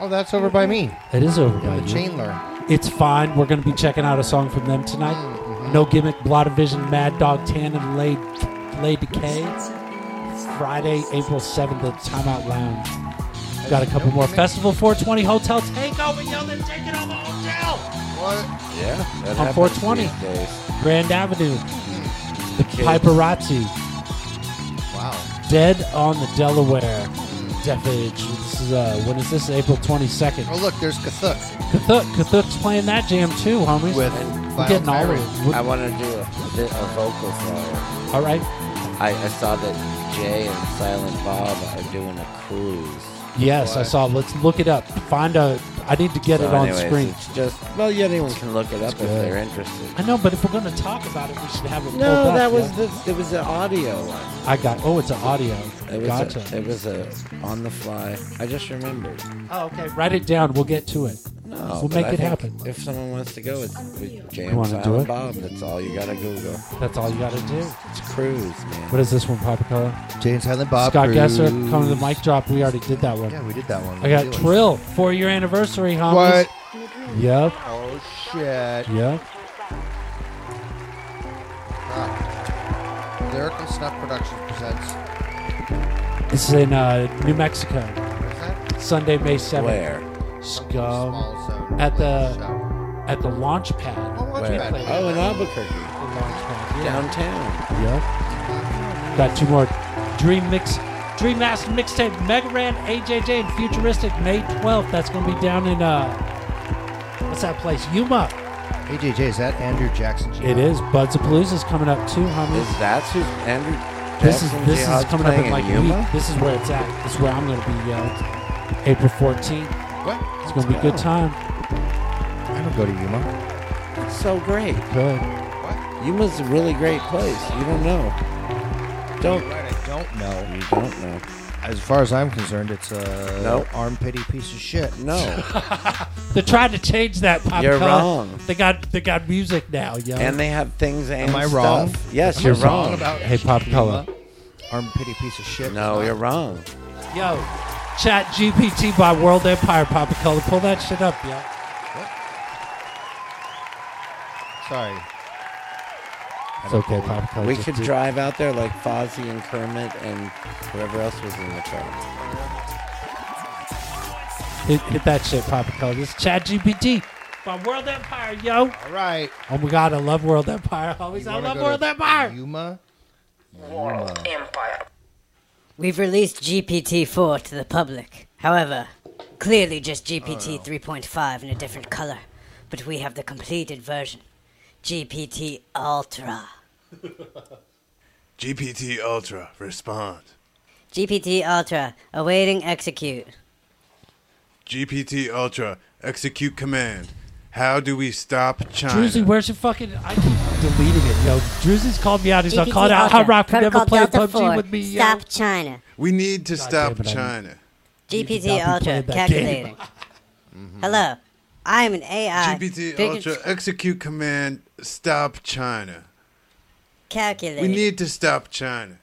B: Oh, that's over by me.
A: It is over by
B: The
A: you.
B: Chandler.
A: It's fine. We're going to be checking out a song from them tonight. No Gimmick, Blot of Vision, Mad Dog Tan, and Lay, Lay Decay. Friday, April 7th at Timeout Lounge. Got a couple more. Festival 420 Hotel Takeover. Yo, they're taking over Hotel.
B: What?
C: Yeah. that
A: On
C: happens
A: 420.
C: these days.
A: Grand Avenue. The
C: Kids.
A: Piperazzi.
B: Wow.
A: Dead on the Delaware. Death Age. This is uh, when is this? April twenty second.
B: Oh, look, there's Kathuk.
A: Kathuk, Kathuk's playing that jam too, homies.
B: With
A: We're getting all
B: Violent
A: of
C: I
A: it.
C: want to do a, a bit of vocal flyer.
A: All right.
C: I, I saw that Jay and Silent Bob are doing a cruise.
A: Yes, I saw. it. Let's look it up. Find a. I need to get
C: So
A: it on
C: anyways,
A: screen.
C: It's just well, yeah, anyone can look it up if they're interested.
A: I know, but if we're going to talk about it, we should have it.
C: No,
A: pulled up,
C: that was
A: yeah.
C: the, it was an audio one.
A: I got. Oh, it's an audio.
C: It was
A: Gotcha.
C: a, it was a on the fly. I just remembered.
A: oh, okay. Write it down. We'll get to it.
C: No,
A: we'll
C: but
A: make
C: I
A: it
C: think
A: happen.
C: If someone wants to go, it's with Jay
A: You
C: and
A: wanna
C: Silent
A: do it?
C: Bob. That's all you gotta Google.
A: That's all you got to do.
C: It's cruise, man.
A: What is this one, Papa Color?
B: Jay and Silent Bob.
A: Scott Gesser,
B: Cruise.
A: come to the mic drop. We already did that one.
B: Yeah, we did that one.
A: I got
B: Really.
A: Trill, four year anniversary, homies.
B: What?
A: Yep,
B: Oh, shit.
A: yep.
B: Lyrical Snuff Productions presents.
A: This is in uh, New Mexico,
B: What is that?
A: Sunday, May 7th.
C: Where?
A: Scum.
B: Small zone.
A: At the-
B: Show.
A: At the launch pad.
B: Oh, watch
A: We
C: Where?
B: that.
A: played
C: Oh,
A: at
C: in Albuquerque,
A: the launch pad. Yeah.
C: downtown.
A: Mm-hmm. Yep. Got two more Dream Mix, Dream Master mixtape, Mega Ran, AJJ, and Futuristic, May 12th. That's going to be down in, uh, what's that place? Yuma.
B: AJJ, is that Andrew Jackson? Jr.?
A: It is. Buds of Palooza is coming up too, homies.
C: Is that who Andrew?
A: This is
C: Jackson
A: this is
C: Jihad's
A: coming up
C: playing
A: in like a
C: Yuma?
A: week. This is where it's at. This is where I'm going to be. Uh, April 14th.
B: What?
A: It's going to be a good time.
B: I don't go to Yuma.
C: It's so great.
A: Good.
C: Yuma's a really great place. You don't know. Don't.
B: Right, I don't know.
C: You don't know.
B: As far as I'm concerned, it's a
C: Nope.
B: armpity piece of shit. <laughs>
C: No.
A: They're trying to change that. Pop
C: You're
A: Color.
C: wrong.
A: They got they got music now, yo.
C: And they have things and
B: Am I
C: stuff.
B: wrong?
C: Yes,
B: Am I
C: you're
B: wrong
C: wrong.
B: about
A: Hey, Pop Color.
B: Yuma? Armpity piece of shit.
C: No, you're wrong.
A: yo, Chat GPT by World Empire. Papa Color, pull that shit up, yo.
B: Sorry.
A: It's okay, Papa Color.
C: We
A: just
C: could
A: do-
C: drive out there like Fozzie and Kermit and whoever else was in the car.
A: hit, hit that shit, Papa Color. This is Chat GPT by World Empire, yo.
B: All right.
A: Oh my God, I love World Empire, homies.
B: You
A: I
B: wanna
A: love
B: go
A: World
B: to
A: Empire.
B: Yuma.
K: We've released GPT 4 to the public. However, clearly just
L: Oh,
K: GPT 3.5 in a different color. But we have the completed version GPT
L: <laughs>
K: Ultra.
L: GPT Ultra, respond.
K: GPT Ultra, awaiting execute.
L: GPT Ultra, execute command. How do we stop China?
A: Druzy, where's your fucking? I keep deleting it, yo. Druzy's called me out. He's not called out.
K: Ultra,
A: Hot Rock for never
K: Protocol
A: playing
K: Delta
A: PUBG
K: 4,
A: with me, yo.
K: Stop China.
L: we need to stop
A: damn it, I-
L: China.
K: GPT
A: Stop
K: Ultra,
A: playing that game.
K: calculating. Hello, I'm an AI.
L: GPT
K: big-
L: Ultra, execute command, stop China.
K: Calculating.
L: We need to stop China.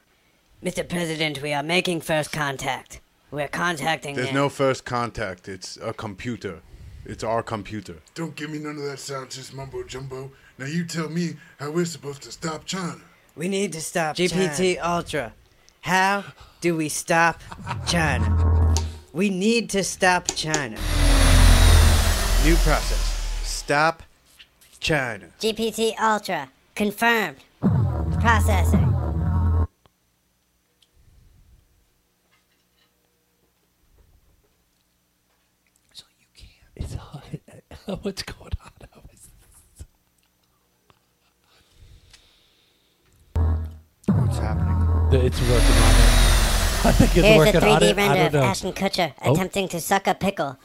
K: Mr. President, we are making first contact. We're contacting
L: There's
K: them.
L: no first contact. It's a computer. It's our computer.
M: Don't give me none of that scientist mumbo jumbo. Now you tell me how we're supposed to stop China.
N: We need to stop
M: China.
N: GPT Ultra. How do we stop China? We need to stop China.
L: New process. Stop China.
O: GPT Ultra. Confirmed. Processing.
A: It's hot. <laughs> What's going on?
B: What's happening?
A: It's working on it. I think it's
O: Here's a
A: working on
O: 3D
A: it. I
O: render
A: don't
O: of
A: know.
O: Ashton Kutcher
A: Oh.
O: attempting to suck a pickle.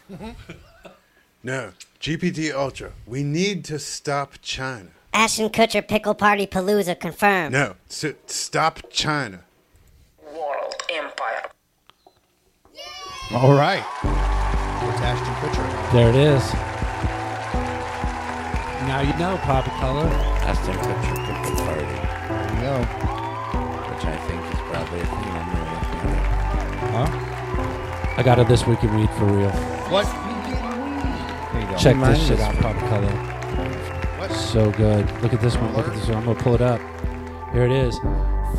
L: No, GPT Ultra. We need to stop China.
O: Ashton Kutcher Pickle Party Palooza confirmed.
L: No, s- stop China.
P: World Empire.
B: All right. It's Ashton Kutcher.
A: There it is. Now you know, Papa Color.
C: Ashton Kutcher picked the party.
B: No.
C: Which I think is probably a thing I'm really looking
B: Huh?
A: I got it this week in Read for Real.
B: What?
A: There
B: you go.
A: Check
B: Mine
A: this shit
B: is-
A: out, Papa Color. So good. Look at this one. Look at this one. I'm going to pull it up. Here it is.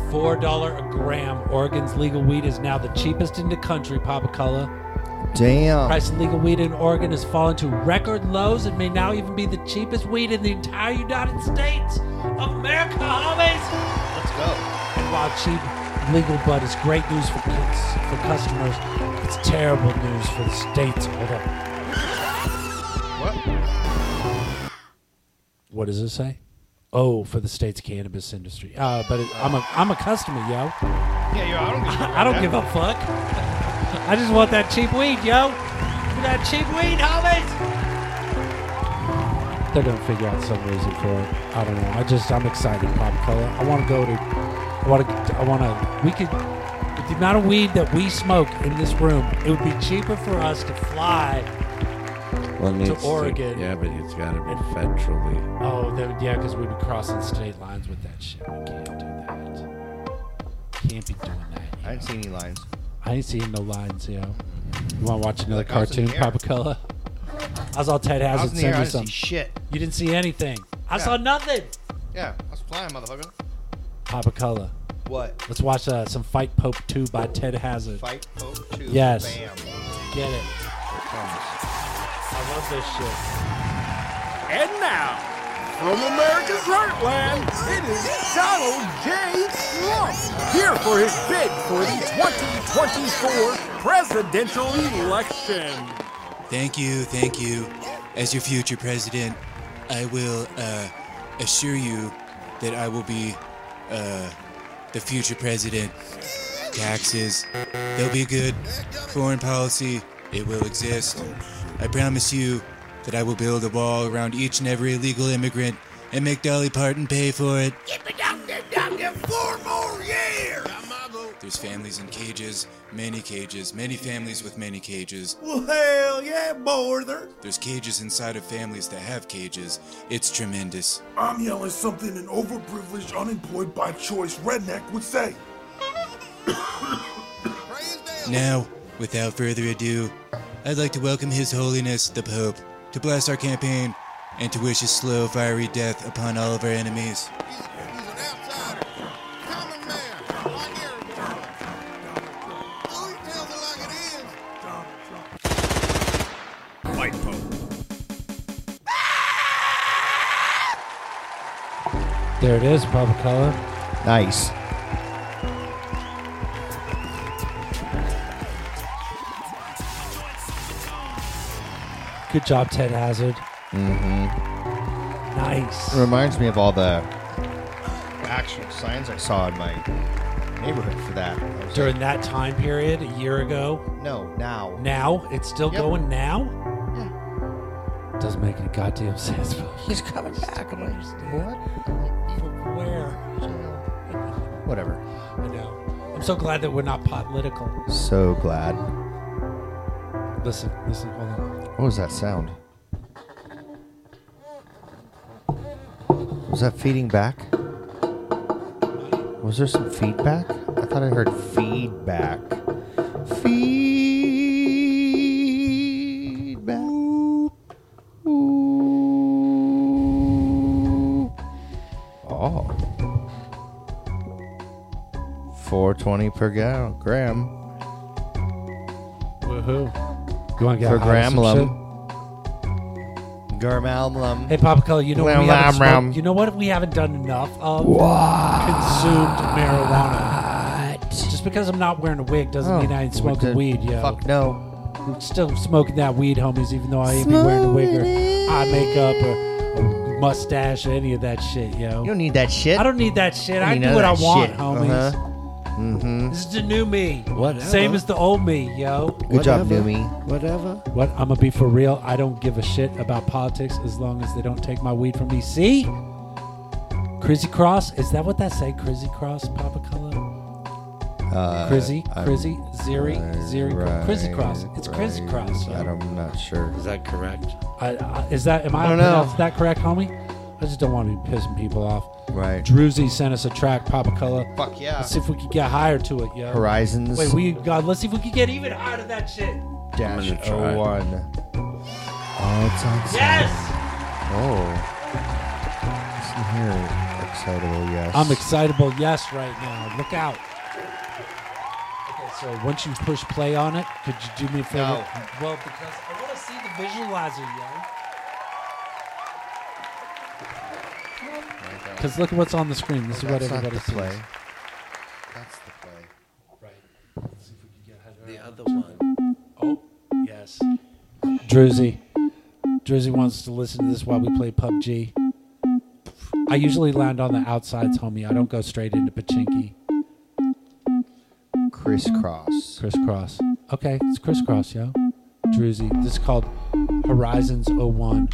A: $4 a gram. Oregon's legal weed is now the cheapest in the country, Papa Color.
B: Damn.
A: Price of legal weed in Oregon has fallen to record lows and may now even be the cheapest weed in the entire United States of America, homies.
B: Let's go.
A: And while cheap legal bud is great news for cus- for customers, it's terrible news for the states. Hold up. What does it say? Oh, for the state's cannabis industry. Uh, but it, I'm a I'm a customer, yo.
Q: Yeah, yo, I don't
A: <laughs>
Q: give a fuck.
A: I don't give a fuck. <laughs> I just want that cheap weed, yo. Give me that cheap weed, homies. They're gonna figure out some reason for it. I don't know. I just I'm excited, pop color. I want to go to. I want to. I want to. We could. With the amount of weed that we smoke in this room, it would be cheaper for us to fly
C: at. Well, it
A: to
C: needs
A: Oregon.
C: yeah, but it's got to be federally.
A: Oh, then, yeah, because we'd be crossing state lines with that shit. We can't do that. Can't be doing that.
B: I didn't see any lines.
A: I ain't seeing no lines, yo. You want to watch another
B: I was
A: cartoon,
B: in the air.
A: Papa Cola? I was all Ted
B: I was
A: Hazard
B: in the
A: send you
B: air, I didn't see
A: something.
B: shit.
A: You didn't see anything. I
B: Yeah.
A: saw nothing.
B: Yeah, I was flying, motherfucker.
A: Papa Cola.
B: What?
A: Let's watch uh, some Fight Pope 2 by Ted Hazard.
B: Fight Pope 2.
A: Yes.
B: Bam.
A: Get it. I love this shit.
Q: And now, from America's heartland, it is Donald J. Trump here for his bid for the 2024 presidential election.
R: Thank you, thank you. As your future president, I will uh, assure you that I will be uh, the future president. Taxes, they'll be good. Foreign policy, it will exist. I promise you that I will build a wall around each and every illegal immigrant and make Dolly Parton pay for it.
Q: Keep it down there, down there, four more years.
R: There's families in cages, many cages, many families with many cages.
Q: Well, hell yeah, border.
R: There's cages inside of families that have cages. It's tremendous.
M: I'm yelling something an overprivileged, unemployed by choice redneck would say. <coughs>
R: Now, without further ado, I'd like to welcome His Holiness the Pope to bless our campaign and to wish his slow, fiery death upon all of our enemies.
Q: White Pope.
A: There it is, Papa Cola.
B: Nice.
A: Good job, Ted Hazard.
B: Mm-hmm.
A: Nice.
B: Reminds me of all the actual signs I saw in my neighborhood for that. I was
A: During that time period, a year ago.
B: No, now.
A: Now? It's still
B: Yep.
A: going now? Yeah. Doesn't make any goddamn sense. He's coming back. I'm like, what? Where?
B: Whatever.
A: I know. I'm so glad that we're not political.
B: So glad.
A: Listen, listen, hold on.
B: What was that sound? Was that feeding back? Was there some feedback? I thought I heard feedback. Feed. Twenty per gal, gram.
A: Woohoo! You want to get
B: for
A: high or some shit?
B: Gramlum. Garmalum.
A: Hey, Papa Color, you know what we
B: Lam,
A: haven't
B: lam,
A: smoked-
B: ram.
A: you know what we haven't done enough of? Consumed marijuana. Just because I'm not wearing a wig doesn't
B: Oh,
A: mean I ain't smoking
B: what the-
A: weed, yo.
B: fuck
A: no. I'm still smoking that weed, homies, even though I ain't be wearing a wig or eye makeup or a mustache or any of that shit, yo.
B: You don't need that shit.
A: I don't need that shit. I
B: You
A: do
B: know
A: what I
B: that
A: want,
B: shit.
A: homies.
B: Uh-huh. Mm-hmm.
A: This is the new me.
B: Whatever.
A: Same as the old me, yo.
B: Good job, Whatever. new me.
A: Whatever. What? I'm gonna be for real. I don't give a shit about politics as long as they don't take my weed from me. See? Crizzy Cross? Is that what that say? Crizzy Cross, Papa Color?
B: Uh,
A: Crizzy,
B: I'm-
A: Crizzy, Ziri, Ziri, Crizzy Cross. It's Crizzy Cross, so-
B: I don't- I'm not sure.
C: Is that correct?
A: I, I, is that? Am I?
B: I don't
A: pronouncing
B: know.
A: That correct, homie? I just don't want to be pissing people off.
B: Right.
A: Druzy sent us a track, Papa Color.
B: Fuck yeah.
A: Let's see if we could get higher to it, yo.
B: Horizons.
A: Wait, we God. Let's see if we could get even higher to that shit.
B: Dash
A: I'm gonna try.
B: 01. Oh, it's on
A: Yes!
B: Oh. Listen here. Excitable, yes.
A: I'm excitable, yes, right now. Look out. Okay, so once you push play on it, could you do me a favor?
B: No.
A: Well, because I want to see the visualizer, yo. Because look at what's on the screen. This is what
B: That's not
A: everybody
B: the
A: sees.
B: play. That's the play.
G: The other one.
A: Oh, yes. Druzy. Druzy wants to listen to this while we play PUBG. I usually land on the outsides, homie. I don't go straight into Pachinki.
B: Crisscross.
A: Crisscross. Okay, it's crisscross, yo. Druzy. This is called Horizons 01.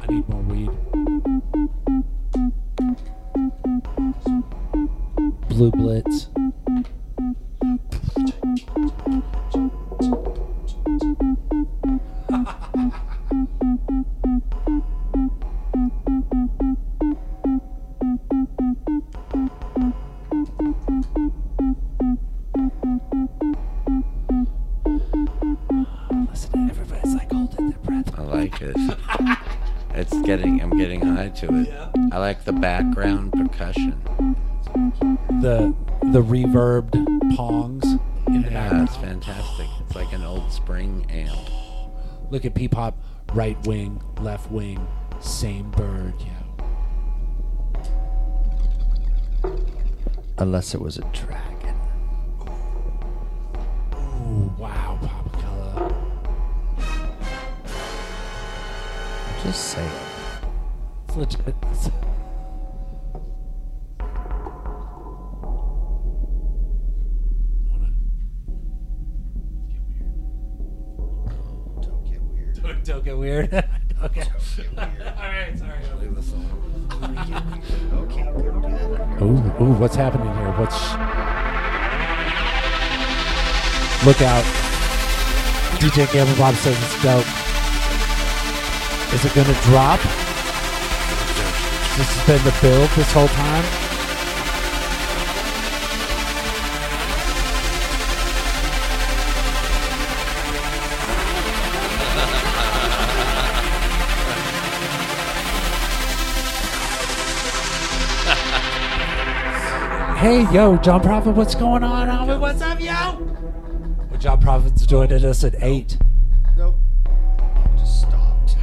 A: I need more weed. Blue Blitz. Listen to everybody's like holding their breath.
C: I like it. it's getting. I'm getting high to it. I like the background percussion.
A: The the reverbed pongs in the
C: Yeah,
A: background.
C: it's fantastic. It's like an old spring amp.
A: Look at peep hop, right wing, left wing, same bird, yo.
B: Unless it was a dragon.
A: Ooh, wow, Papa Color.
B: Just say it.
A: It's legit. It's- Don't- Don't get weird. <laughs> okay. All right, sorry. Ooh, ooh, what's happening here? What's. Look out. DJ Gamble Bob says it's dope. Is it gonna drop? This has been the build this whole time. Hey, yo, John Prophet, what's going on, homie? What's up, yo? Well, John Prophet's joining us at 8.
B: Nope. Just stopped.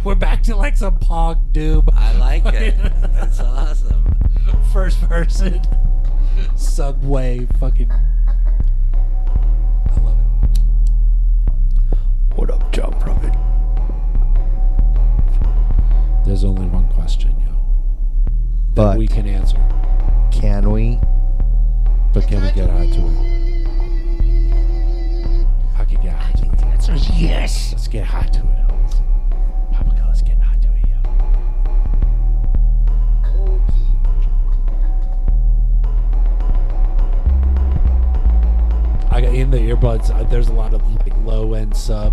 A: <laughs> We're back to like some Pog Doob.
C: I like
A: <laughs>
C: it. That's awesome.
A: First person. Subway fucking.
B: What up, John Prophet?
A: There's only one question, yo.
B: But
A: We can answer.
B: can we?
A: But can we get high to it? I can get high to it. The answer is yes. Let's get high to it, homies. Papa Color's getting high to it, yo. I got in the earbuds. Uh, there's a lot of like low end sub.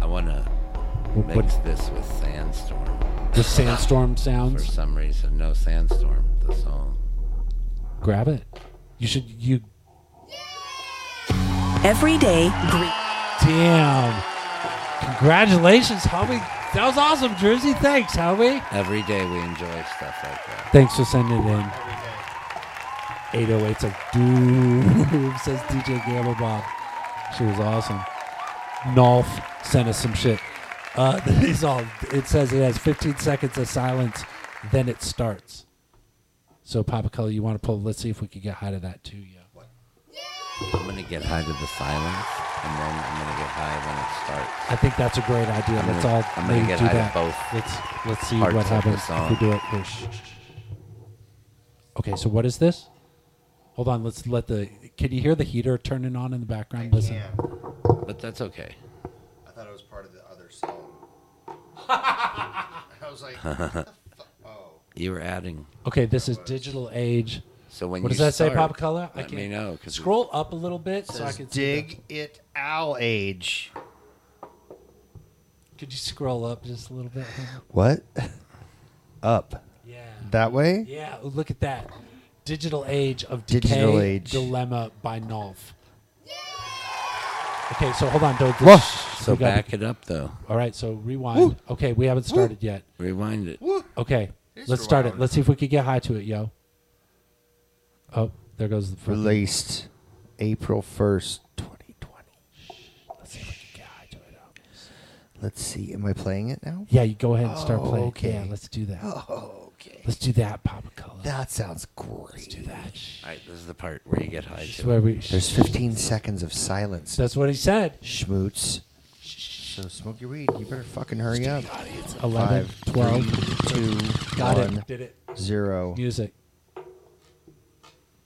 C: I want to mix this with sand sandstorm.
A: The sandstorm sounds.
C: For some reason, no sandstorm. The song.
A: Grab it. You should. You
S: Every day, Greek.
A: damn. Congratulations, homie. That was awesome, Jersey. Thanks, homie.
C: Every day we enjoy stuff like that.
A: Thanks for sending it in. 808s of doom says DJ Gamble Bob. She was awesome. Nolf sent us some shit. Uh, <laughs> it's all. It says it has 15 seconds of silence, then it starts. So Papa Color, you want to pull? Let's see if we can get high to that too. Yeah.
C: I'm gonna get high to the silence, and then I'm gonna get high when it starts.
A: I think that's a great idea.
C: I'm
A: let's
C: gonna-
A: all
C: I'm gonna
A: maybe
C: get
A: do
C: high to
A: that.
C: both
A: Let's let's see
C: parts
A: what
C: of the
A: happens if
C: song.
A: we do it. Here, shh, shh, shh. Okay, so what is this? Hold on. Let's let the. Can you hear the heater turning on in the background? Listen.
C: But that's okay.
B: I thought it was part of the
A: <laughs>
B: other song. I was like,
C: you were adding.
A: Okay, this is digital age.
C: So when
A: what
C: you
A: does that say,
C: start,
A: Pop Color?
C: let me know, 'cause
A: Scroll up a little bit <laughs> so I
B: Says
A: can see
B: dig it owl age.
A: that. Could you scroll up just a little
B: <sighs>
A: bit?
B: What? <laughs> Up.
A: Yeah.
B: That way?
A: Yeah, oh, look at that. Digital Age of Decay
B: Digital Age.
A: Dilemma by Nolf. Okay, so hold on. Don't,
C: Whoa.
A: shh,
C: So
A: we gotta-
C: back it up though.
A: All right, so rewind. Okay, we haven't started yet.
C: Rewind it.
A: Okay, let's start it. Let's see if we can get high to it, yo. Oh, there goes the fucking-
B: Released April 1st, 2020. Let's see. Am I playing it now?
A: Yeah, you go ahead and start
B: Oh,
A: playing.
B: Okay.
A: Yeah, let's do that.
B: Oh, okay.
A: Let's do that, Papa Color.
B: That sounds great. Let's do
A: that.
C: All right, this is the part where you get high.
A: This is
C: to
A: where
C: it.
A: we-
B: There's 15 seconds of silence.
A: That's what he said.
B: Schmoots. So smoke your weed. You better fucking hurry up.
A: 11,
B: Five,
A: 12.
B: three, two,
A: Got it.
B: one,
A: Did it.
B: Zero.
A: Music. I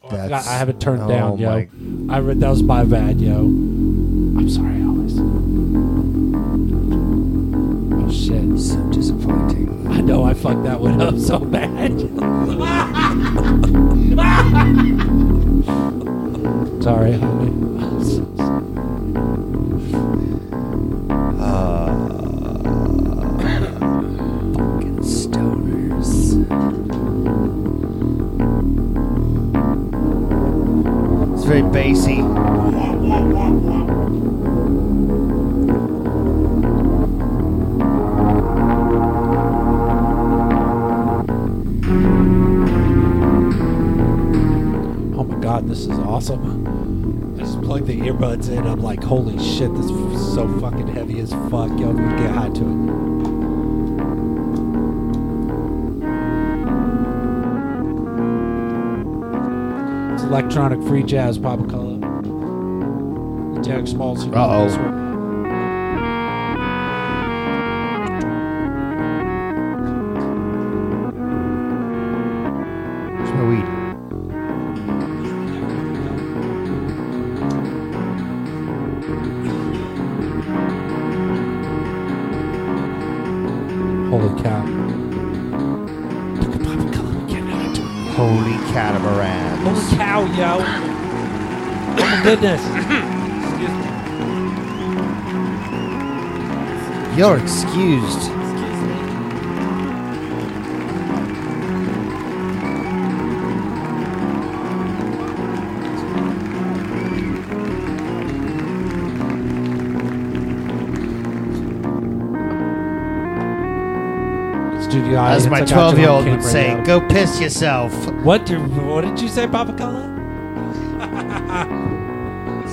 A: forgot-
B: That's,
A: I have it turned
B: oh
A: down, yo.
B: my-
A: I read that was my bad, yo. I'm sorry, Alice. Oh shit,
B: so disappointing.
A: I know I fucked that one up so bad. <laughs> sorry, homie. <laughs> I'm so sorry.
B: Fucking stoners. It's very bassy.
A: Oh my god, this is awesome. I just plugged the earbuds in. I'm like, holy shit, this is so fucking heavy as fuck. Yo, we get high to it. It's electronic free jazz, Papa Color. Derek Smalls. you know
B: Uh-oh.
A: this one.
B: Where's my weed?
A: Holy cow.
B: Holy catamaran.
A: Holy cow, yo. Oh my goodness.
B: You're excused.
A: Studio audience,
B: As my
A: I got you
B: 12 year old
A: on
B: would
A: camera,
B: say,
A: yo.
B: go piss yourself.
A: What did, what did you say, Papa Color?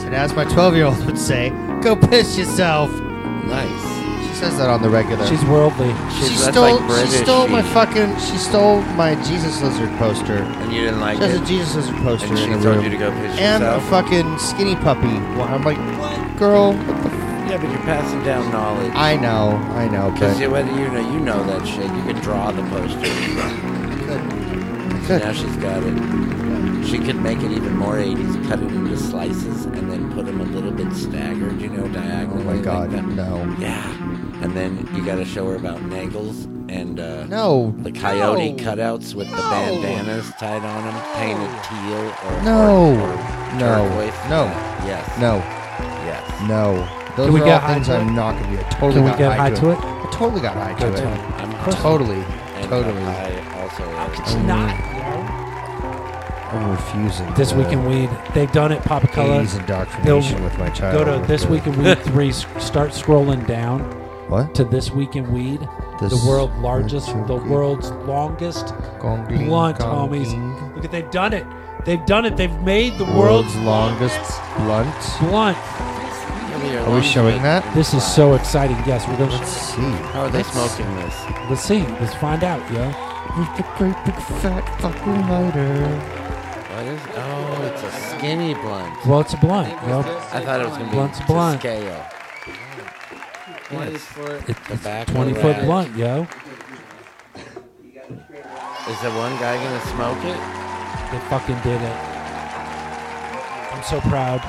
B: And as my 12 year old would say, go piss yourself.
C: Nice.
B: She says that on the regular.
A: She's worldly.
B: she
C: that's
B: stole,
C: like British.
B: she stole my
C: She-
B: fucking. She stole my Jesus Lizard poster.
C: And you didn't like
B: she has
C: it.
B: a Jesus Lizard poster
C: And she
B: in her
C: told
B: room.
C: you to go piss
B: and
C: yourself.
B: a fucking skinny puppy. Well, I'm like, girl, what the f-
C: yeah, but you're passing down knowledge.
B: I know, I know,
C: Because
B: but
C: whether you know, you know that shit. You could draw the poster. So now she's got it. She could make it even more 80s, cut it into slices, and then put them a little bit staggered, you know, diagonally.
B: oh my God,
C: like that.
B: no.
C: Yeah. And then you got to show her about Nagels and uh,
B: No,
C: the coyote
B: no,
C: cutouts with the
B: no.
C: bandanas tied on them, painted teal or
B: No,
C: or, or
B: no,
C: turquoise.
B: no,
C: Yes.
B: no,
C: Yes.
B: no, Those
A: Can we
B: are
A: get
B: all
A: high
B: things
A: to
B: I'm
A: it?
B: not going to be. I totally
A: Can we
B: got
A: get
B: high,
A: high to it?
B: I totally got high
A: Good.
B: to it.
A: I'm Of course.
B: totally,
C: And
B: totally.
C: I also. How
A: could you not,
B: I'm refusing.
A: This
B: to-
A: Week in Weed. They've done it, Papa Color.
B: 80s indoctrination
A: They'll
B: with my
A: Go
B: childhood
A: to
B: was
A: This
B: good.
A: Week in Weed
B: <laughs>
A: 3. s- Start scrolling down.
B: What?
A: To This Week in Weed.
B: This
A: the world's
B: Week
A: largest,
B: in
A: the
B: Weed.
A: world's longest
B: Gongling,
A: blunt,
B: gongling.
A: homies. Look at they've done it. They've done it. They've made the world's
B: longest blunt.
A: blunt.
B: Are we showing that?
A: This is so exciting. Yes, we're going to
B: see.
C: How are they smoking this?
A: Let's see. Let's find out, yo.
B: With the great big fat fucking lighter.
C: What is? Oh, it's a skinny blunt.
A: Well, it's a blunt, yo.
C: I thought it was gonna be
A: Blunt's a
C: to
A: blunt.
C: scale. Yes.
A: It- it's a
C: Tobacco
A: 20 foot
C: wrap.
A: blunt, yo.
C: Is the one guy gonna smoke it?
A: They fucking did it. I'm so proud.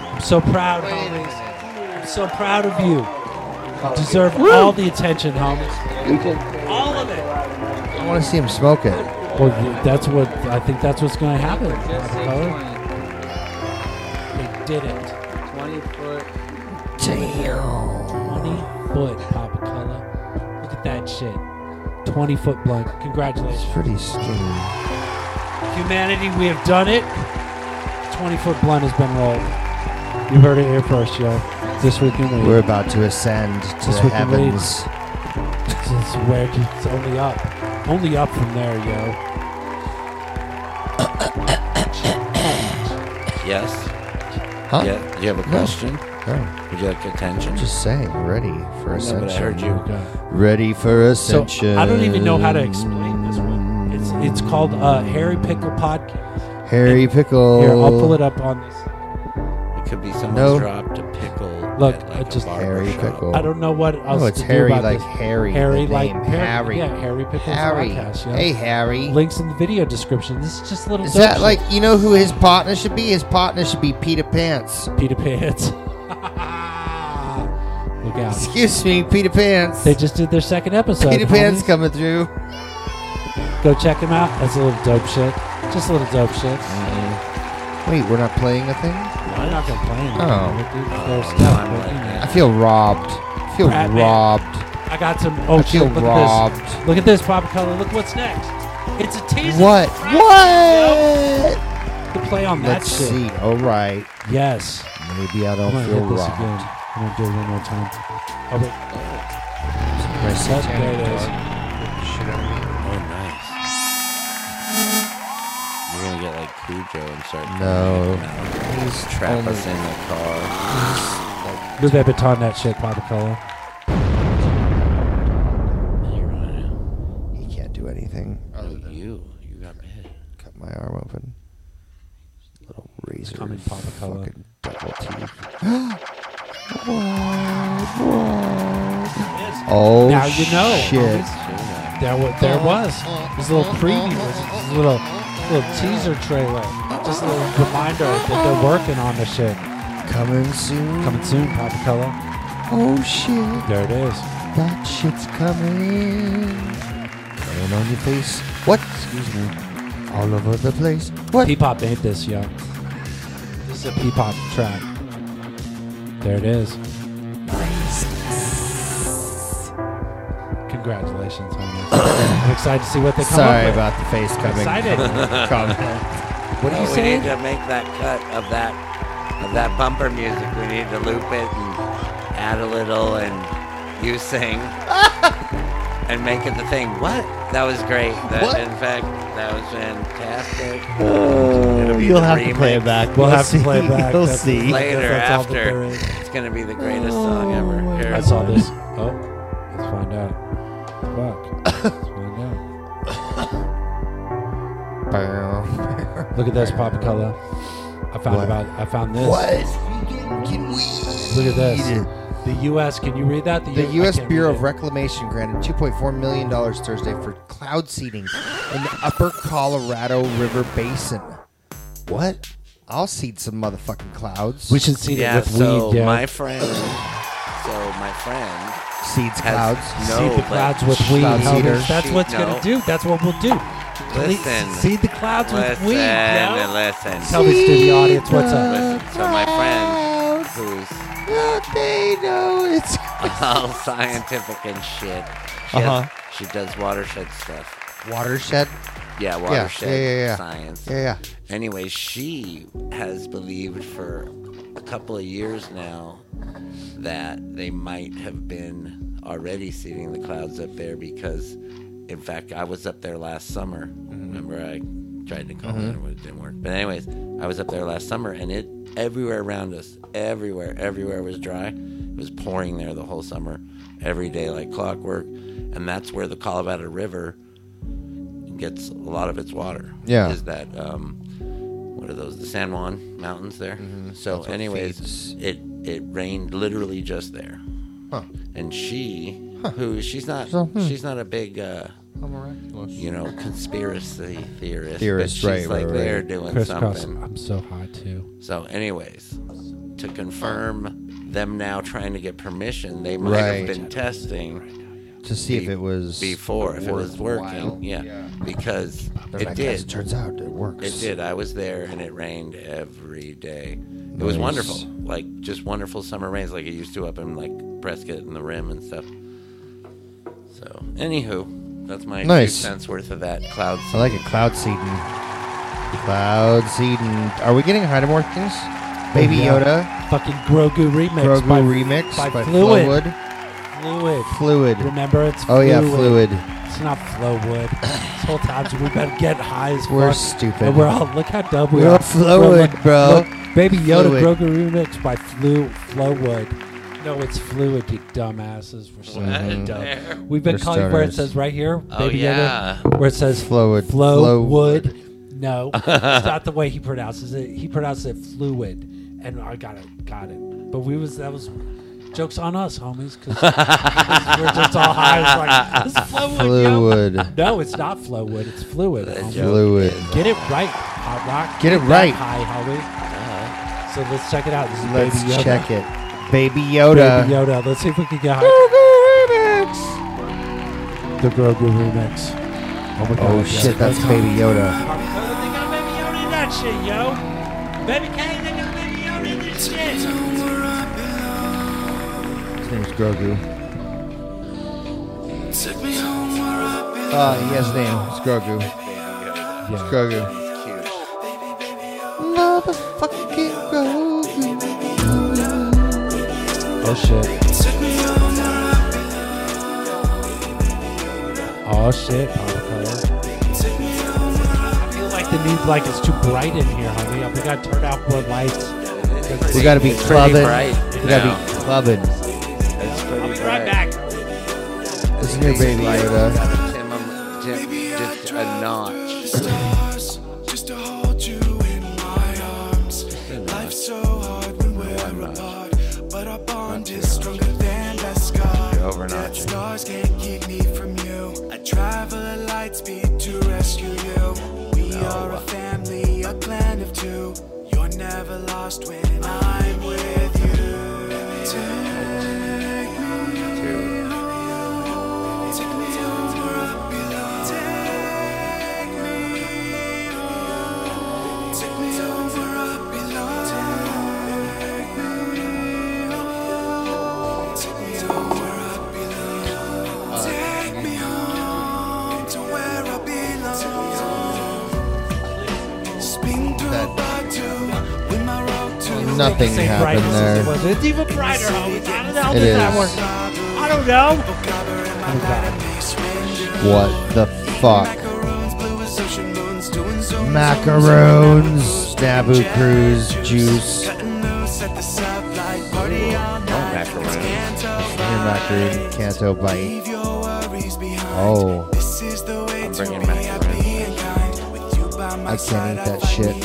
A: I'm so proud, homies. I'm so proud of you. You deserve
B: Woo!
A: all the attention, homies. All of it.
B: I want to see him smoke it.
A: Well, you- that's what I think. That's what's going to happen. Papa Color. They did it.
S: 20 foot.
A: Damn. 20 foot, Papa Color. Look at that shit. 20 foot blunt. Congratulations.
B: It's pretty skinny.
A: Humanity, we have done it. 20 foot blunt has been rolled. You heard it here first, yo. This week in
B: We're
A: Weed.
B: about to ascend
A: This
B: to the
A: week in Weed.
B: heavens.
A: This is where it- it's only up. Only up from there, yo.
C: Yes.
B: Huh?
C: Yeah. Do you have a
B: No.
C: question?
B: No.
C: Would you like attention?
B: Oh, Just saying, ready
C: I
B: for
C: know,
B: ascension.
C: but I heard you. Okay.
B: Ready for
A: So
B: ascension.
A: I don't even know how to explain this one. It's it's called uh, Harry Pickle Podcast.
B: Harry Pickle.
A: Here, I'll pull it up on this.
C: It could be someone
B: No.
C: dropped a pickle.
A: Look,
C: at,
A: I
C: like, a
A: just
C: barber
B: Harry
C: shop.
B: Pickle.
A: I don't know what else
B: No, Oh, it's
A: to
B: Harry
A: do about
B: like
A: this.
B: Harry.
A: Harry
B: the
A: like
B: name,
A: Harry.
B: Harry.
A: Yeah, Harry Pickles
B: Harry.
A: podcast. Yeah.
B: Hey, Harry.
A: Links in the video description. This is just little.
B: Is
A: dope
B: that
A: shit.
B: like you know who his partner should be? His partner should be Peter Pants. <laughs>
A: Peter <laughs> Pants. Look out.
B: Excuse me, Peter Pants.
A: They just did their second episode.
B: Peter
A: homies.
B: Pan's coming through.
A: Go check them out. That's a little dope shit. Just a little dope shit.
B: Wait, we're not playing a thing.
A: I'm not gonna play anything.
B: Oh.
A: There's
B: Oh,
A: stuff,
B: I'm
A: but,
B: like
A: you know.
B: I feel robbed. I feel
A: Brad, man.
B: robbed.
A: I got some. Oh,
B: I
A: shit,
B: feel
A: look at this.
B: robbed.
A: Look at this, Papa Color. Look what's next. It's a teaser.
B: What?
A: Right?
B: What?
A: To play on that
B: Let's
A: shit.
B: see. All right.
A: Yes.
B: Maybe I don't
A: I'm gonna
B: feel
A: hit this
B: robbed.
A: again. I'm gonna do it one more time. Oh wait.
B: My
A: Yep,
B: satanic
A: there it is.
C: Oh, nice. We're gonna get like Cujo and start.
B: No.
C: He's trap us in the car.
A: Move that baton, that shit, Papa Color.
B: He can't do anything.
C: No, Oh, you. You got hit.
B: Cut my arm open. Little razor.
A: coming, Papa Color.
B: Fucking double <gasps> teeth. Oh
A: now you know.
B: shit!
A: homies. There, wa- there was. This little preview was this little, little teaser trailer. Just a little reminder that they're working on the shit.
B: Coming soon.
A: Coming soon, Papa Color.
B: Oh shit!
A: There it is.
B: That shit's coming. Coming on your face. What? Excuse me. All over the place. What?
A: Peepop made this, yo. This is a Peepop track. There it is. Congratulations, <coughs> homies. I'm excited to see what they come up
B: Sorry
A: with.
B: about the face
A: I'm
B: coming.
A: Excited.
B: <laughs> Comment.
A: What are
C: No,
A: you
C: we
A: saying?
C: need to make that cut of that of that bumper music. We need to loop it and add a little, and you
A: <laughs>
C: sing and make it the thing. What? That was great. That,
B: What?
C: In fact, that was fantastic.
B: Oh, you'll have to play it back. We'll You'll have to play it see. back. <laughs> You'll That's- see. I guess
C: later
B: that's all that
C: after.
B: there is.
C: It's gonna be the greatest
A: Oh
C: song ever. Here.
A: I saw this. Oh, let's find out. Fuck. Let's find out. Look at this pop color. I found
B: What?
A: about. I found this.
B: What?
A: Look at this. The U.S. Can you read that?
B: The
A: U- I
B: U.S.
A: can't
B: Bureau
A: read
B: of Reclamation granted $2.4 million Thursday for cloud seeding in the upper Colorado River Basin. What? I'll seed some motherfucking clouds.
A: We should seed it
C: yeah,
A: with
C: so
A: weed, yeah.
C: my friend. So my friend
B: Seeds
C: has-
B: clouds.
C: No,
A: Seed the
C: but
A: clouds with
C: she-
A: weed.
B: Cloud
A: homies.
B: seeder.
A: That's
C: she-
A: what's
C: no.
A: gonna do. That's what we'll do.
C: Listen.
A: Seed the clouds
C: listen,
A: with weed. yo.
C: Listen.
A: Tell this to the audience what's up.
C: Listen, so my friend, who's
T: But they know it's.
C: All <laughs> scientific and shit. She,
T: Uh-huh.
C: has- she does watershed stuff.
T: Watershed?
C: Yeah,
T: Yeah,
C: watershed
T: yeah, yeah, yeah.
C: science.
T: Yeah, yeah.
C: Anyway, she has believed for a couple of years now that they might have been already seeding the clouds up there because, in fact, I was up there last summer. Remember, I tried to call
T: Mhm.
C: in, but it didn't work. But anyways, I was up there last summer, and it everywhere around us, everywhere, everywhere was dry. It was pouring there the whole summer, every day like clockwork, and that's where the Colorado River gets a lot of its water.
T: Yeah.
C: is that um, what are those? The San Juan Mountains there. So,
T: Mm-hmm. That's what
C: anyways, it it rained literally just there.
T: Huh.
C: And she, who she's not,
T: So, hmm.
C: she's not a big. Uh, you know, conspiracy theorist.
T: Theorist,
C: but she's
T: right,
C: like
T: right, right.
C: they're doing
A: Criss cross.
C: something.
A: I'm so high too.
C: So, anyways, to confirm them now trying to get permission, they might have
T: Right.
C: been testing
T: To see if it was
C: before if it was
T: worthwhile.
C: working. Yeah, because
T: They're
C: it
T: like,
C: did.
T: "As it turns out, it works."
C: It did. I was there, and it rained every day. It was
T: Nice.
C: wonderful, like just wonderful summer rains, like it used to up in like Prescott and the Rim and stuff. So, anywho, that's my
T: Nice.
C: two cents worth of that cloud.
T: I like it. Cloud seeding. Cloud seeding. Are we getting Hydemore things? Baby
A: Oh,
T: Yoda.
A: yeah. Fucking Grogu remix.
T: Grogu
A: by,
T: remix
A: by,
T: by
A: Fluid.
T: Flowwood.
A: Fluid.
T: Fluid.
A: Remember, it's
T: Oh,
A: fluid.
T: yeah, Fluid.
A: It's not Flowwood. this whole time, so we better get high as
T: We're
A: fuck.
T: stupid.
A: And we're all, look how dumb we
T: We're
A: are.
T: Flowwood,
A: We're like-
T: bro.
A: look, Baby Yoda
T: Fluid.
A: Grogu remix by Flu Flowwood. No, it's Fluid, you dumbasses. We're so
T: What?
A: dumb. We've been
T: We're
A: calling it where it
T: stoners.
A: says right here,
C: Oh,
A: Baby
C: yeah.
A: Yoda, where it says
T: Flowwood.
A: Flowwood.
C: <laughs>
A: No, it's not the way he pronounces it. He pronounces it fluid, and I got it, got it. But we was that was jokes on us, homies, because we're just all high. It's like it's <laughs> fluid. yo."
T: Fluid.
A: No, it's not flowwood. It's fluid. homie.
T: joke Fluid. is-
A: Get it right, hot rock.
T: Get it
A: that
T: right. Uh-huh.
A: high, homie. So let's check it out. This is
T: Let's
A: Baby Yoda.
T: check it. Baby Yoda.
A: Baby Yoda. Oh, Let's see if we can get high. The Grogu remix. Oh my
T: Oh,
A: God, yes.
T: shit, that's
A: Let's-
T: Baby Yoda.
A: that shit, yo. Baby K, they got Baby Yoda in this shit.
T: His name's Grogu.
D: Take me home where I belong.
T: Uh, he has a name. It's Grogu. It's Grogu. Motherfucking
A: Oh shit. Oh shit. Oh, okay. I feel like the new like is too bright in here, homie. We gotta turn out more lights.
T: We gotta be
C: It's pretty
T: clubbing.
C: bright
T: We gotta
C: now.
T: be clubbing.
C: That's pretty I'll be right back.
T: This is your Baby Yoda.
C: Tim, um, Tim, just a notch.
D: stars just to hold you in my arms. Life's so hard when we're apart, but our bond is stronger than our scar.
C: You're over
D: Death
C: notching.
D: stars can't keep me from you. I travel at light speed to rescue you. We are a family, a clan of two. You're never lost when I'm with you. Take me home. Take me home where I belong. Take me home. Take me home where I belong. Take me home. Take me home where I belong. Take me home to where I belong. Spin through a bar two with my road to
T: Nothing happened there.
A: It's even brighter, homie. I don't know
T: It
A: if that
T: is.
A: works. I don't know.
T: What the fuck?
D: Macaroons,
T: Macaroons, Naboo Cruise, juice. Your macaroon, Canto bite. Oh,
C: I'm bringing macaroni.
T: I can't eat that shit.
C: You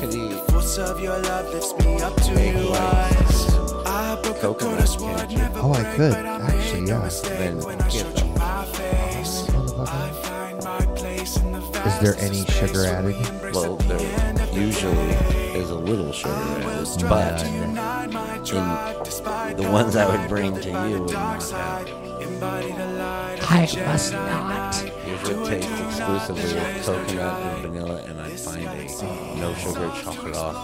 C: could eat
D: Force of your love lifts me up to new heights. I broke a coconut sword, never
T: Oh, I could actually, yeah.
C: then get them.
D: my face. I find my place in the
T: Is there any sugar added?
C: Well, there usually is a little sugar added, but in the ones I would bring to you would not have.
A: I must not.
C: Usually it tastes exclusively of coconut and vanilla, and I find a no sugar chocolate off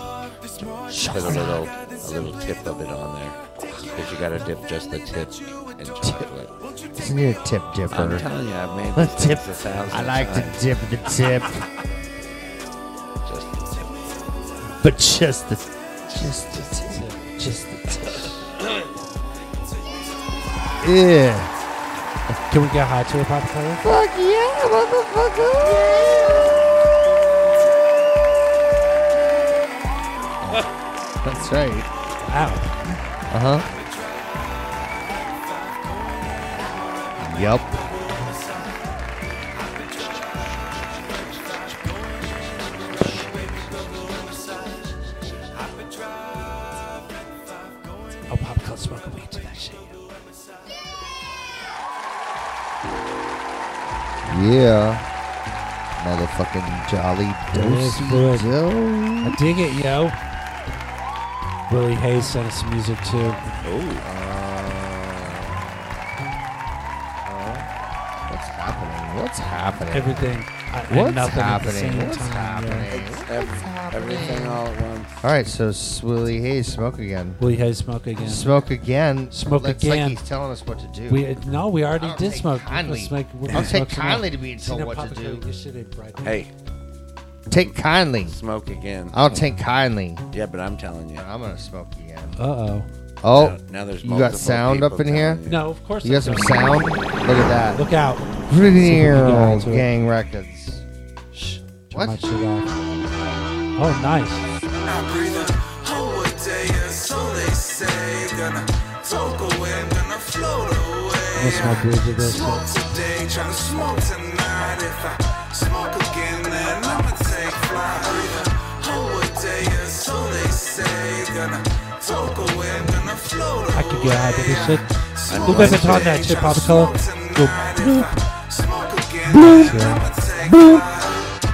C: Put a little, a little tip of it on there, because you got to dip just the tip in chocolate.
B: Isn't you a tip dipper?
C: I'm telling you, I've made
B: A
C: this
B: tip.
C: a thousand
B: I like
C: times.
B: to dip the tip,
C: Just the tip.
B: but just the, just the tip, just the tip. Yeah.
A: Can we get high to it, Papa Color?
B: Fuck yeah, motherfucker! That's right.
A: Wow.
B: Uh huh. Yep.
A: Oh, Papa Color, smoke a weed to that shit.
B: Yeah. Motherfucking jolly dosey do.
A: I dig it, yo. Willie Hayes sent us some music too.
B: What's happening? What's happening?
A: Everything. I- and
B: What's
A: nothing at the
B: happening?
A: same
B: What's
A: time,
B: happening?
A: yo.
C: Everything all at once.
B: All right, so s- Willie Hayes, smoke again.
A: Willie Hayes, smoke again.
B: Smoke again.
A: Smoke
B: It's
A: again.
B: like he's telling us what to do.
A: We no, we already
B: I don't
A: did
B: take
A: smoke.
B: Kindly.
A: Let's make- we're
B: I
A: gonna
B: don't take
A: smoke some more.
B: kindly to being
A: See,
B: told
A: now,
B: what to
A: Papa
B: do.
A: Color, you should have right now.
C: Hey,
B: Take kindly.
C: smoke again.
B: I don't take kindly.
C: Yeah, but I'm telling you,
B: I'm gonna smoke again.
A: Uh oh.
B: Oh,
C: Now- now there's
B: you got
C: multiple
B: sound up
C: people
B: in here?
C: telling you.
A: No, of course
B: You got
A: I
B: some
A: don't.
B: sound? Look at that.
A: Look out.
B: Video
A: See if we can get onto it.
B: gang records.
A: Turn my shit off. Oh, nice.
S: I breathe a whole day, and so they say. Gonna talk away, I'm gonna float away.
A: That's my bridge of this.
S: Smoke today, tryna smoke tonight. If I smoke again, then I'ma take flight. Breathe a whole day, and so they say. Gonna talk away, I'm gonna float away.
A: I could get high to this shit.
S: I'm
A: Who better
S: going
A: on that shit, Papa Color? Go bloop. uh,
S: Smoke again,
A: Boom.
S: then I'ma take
A: Boom.
S: flight.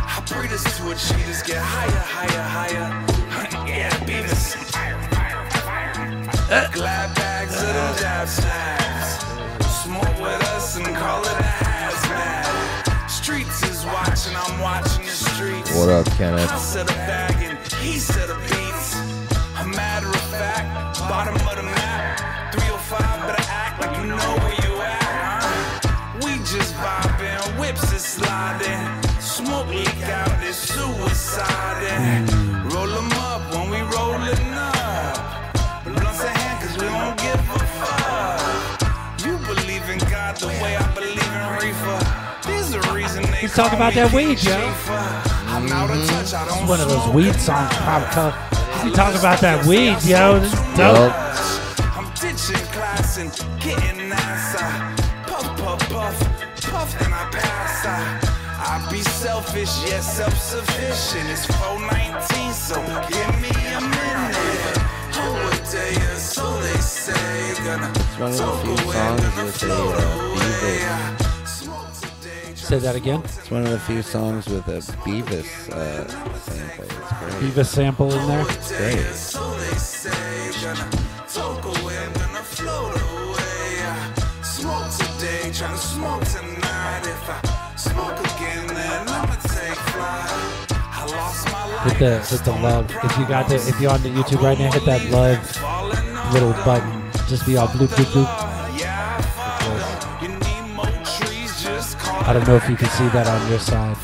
S: I breathe this to achievers, get higher, higher, higher. Yeah, Beavis. Fire, fire, fire. Glad bags of them dab snacks. Smoke with us and call it a hazmat. Streets is watching, I'm watching the streets.
B: What up, Kenneth?
S: I set a bag and he set a beats. A matter of fact, bottom of the map. 305, better act like you know where you at. huh? We just vibing, whips is sliding. Smoke leak out, it's suiciding. Roll 'em up when we rollin' up. Blunts in hand, cause we don't give a fuck. You believe in God the way I believe in reefer. There's a reason they
A: He's talking about that weed, yo.
S: I'm out of touch, I
A: This
S: don't
A: is one of those weed songs, Papa Color. He talking about that weed, yo. This is dope.
S: I'm ditching class and getting NASA. Puff, puff, puff, puff, and I pass. I, I be selfish, yet self-sufficient. It's 419, so give me a minute. Oh, a day or so they say. Gonna
C: It's one of the few songs with a uh, Beavis.
A: Say that again.
C: It's one of the few songs with a Beavis uh, sample. It's great.
A: Beavis sample in there.
C: It's great.
S: so they say. Gonna talk away, I'm gonna float away. Smoke today, tryna smoke tonight. If I smoke again, then I'ma take flight. I lost my life.
A: Hit the hit the love. If you got the if you're on the YouTube right now, hit that love little button. Just be all bloop bloop bloop. I don't know if you can see that on your side,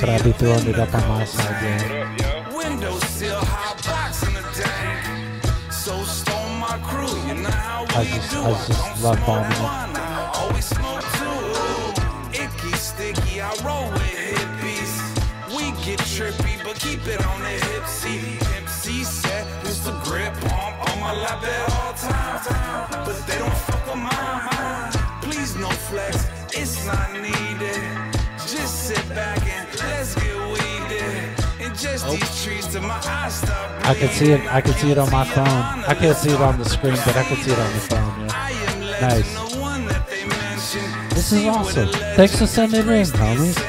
A: but I'll be throwing it up on my side. Yeah.
S: Windowsill, hot box in the tank. So stone my crew, you know how
A: I
S: we
A: just
S: do.
A: I just love bombing it.
S: I always smoke too. Icky, sticky, I roll with hippies. We get trippy, but keep it on the hipsy. MC set is the grip on, on my lap at all times. But they don't fuck with mine. Please, no flex, it's not needed. Just sit back and let's get weeded. And just these trees till my eyes stop
A: I can see it. I can see it on my phone. I can't see it on the screen, but I can see it on the phone. Yeah. Nice. This is awesome. Thanks for sending it in, homies.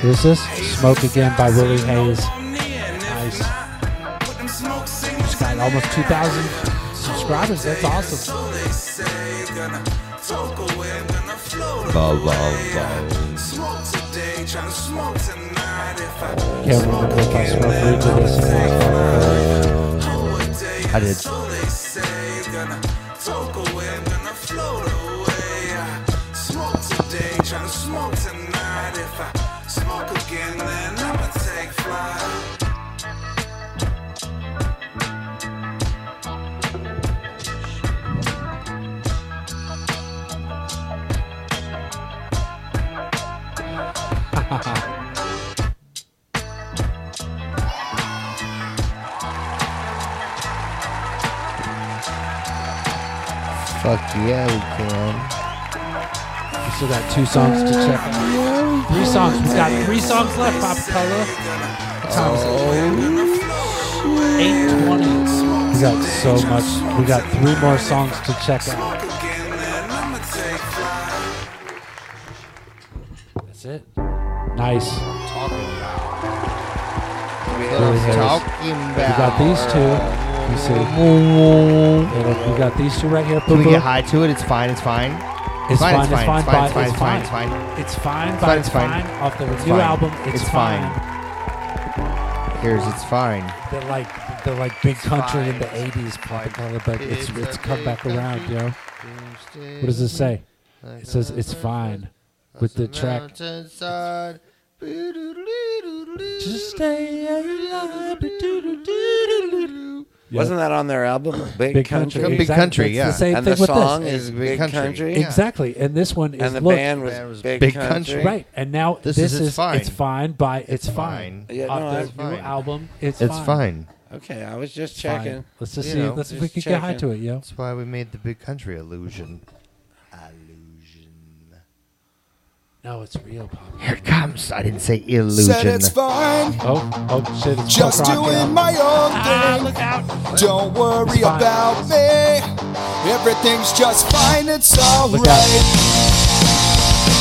A: Here's this "Smoke Again" by Willie Hayes. Nice. It's got almost 2,000 subscribers. That's awesome.
B: Bow, bow,
S: Smoke today, tryna smoke tonight. If I
A: Can't remember if I smoked weed to this. or not.
B: I did.
S: So Oh, they say, gonna talk away, gonna float away. I smoke today, tryna smoke tonight. If I smoke again, then I'ma take flight.
B: Fuck yeah, we can.
A: We still got two songs to check out. Three songs. We got three songs left, Pop Color. What time is it? Eight twenty. We got so much. We got three more songs to check out. That's it. Nice. Billy Harris. We got these two. You see, And we got these two right here.
B: Can we
A: Poo-poo.
B: get high to it? It's fine. It's fine.
A: It's fine, it's fine,
B: It's fine. It's fine. It's fine.
A: It's fine, but it's fine. Off the new album, it's
B: Here's it's fine.
A: They're like they're like big country in the '80s, Papa Color, but it's
B: It's
A: it's
B: a
A: come
B: big
A: back around, yo. What does it say? It says it's fine with the track.
B: Mountainside.
A: Just stay alive.
C: Wasn't that on their album? Big,
A: Big
C: Country.
A: Country, Big exactly. Country, It's the yeah. same
C: and
A: thing
C: the
A: with this.
C: song is
B: It's
C: Big
B: Big Country.
C: Country.
A: Exactly, and this one is
C: And the
A: look-
C: band was
B: Band was
C: Big,
B: Big
C: Country.
B: Country.
A: right? And now
B: This
A: this,
B: is It's
A: is
B: Fine.
A: it's fine by it's, fine.
C: Yeah,
A: Off
C: no,
A: their
C: it's
A: new
C: fine.
A: album, it's
B: It's fine.
C: Okay, I was just
A: It's fine.
C: checking.
A: Let's just
C: You
A: see.
C: know,
A: let's see if
C: just
A: we can get high
C: checking.
A: to it, yo.
B: That's why we made the big country illusion. Illusion.
A: No, it's real. Pop.
B: Here it comes. I didn't say illusion.
A: Said it's
U: fine.
A: Oh, oh shit! It's
U: Just
A: punk rock, yo.
U: doing my own
A: Ah,
U: thing.
A: look out.
U: Don't worry
A: It's fine.
U: about me. Everything's just fine. It's alright.
A: Look out.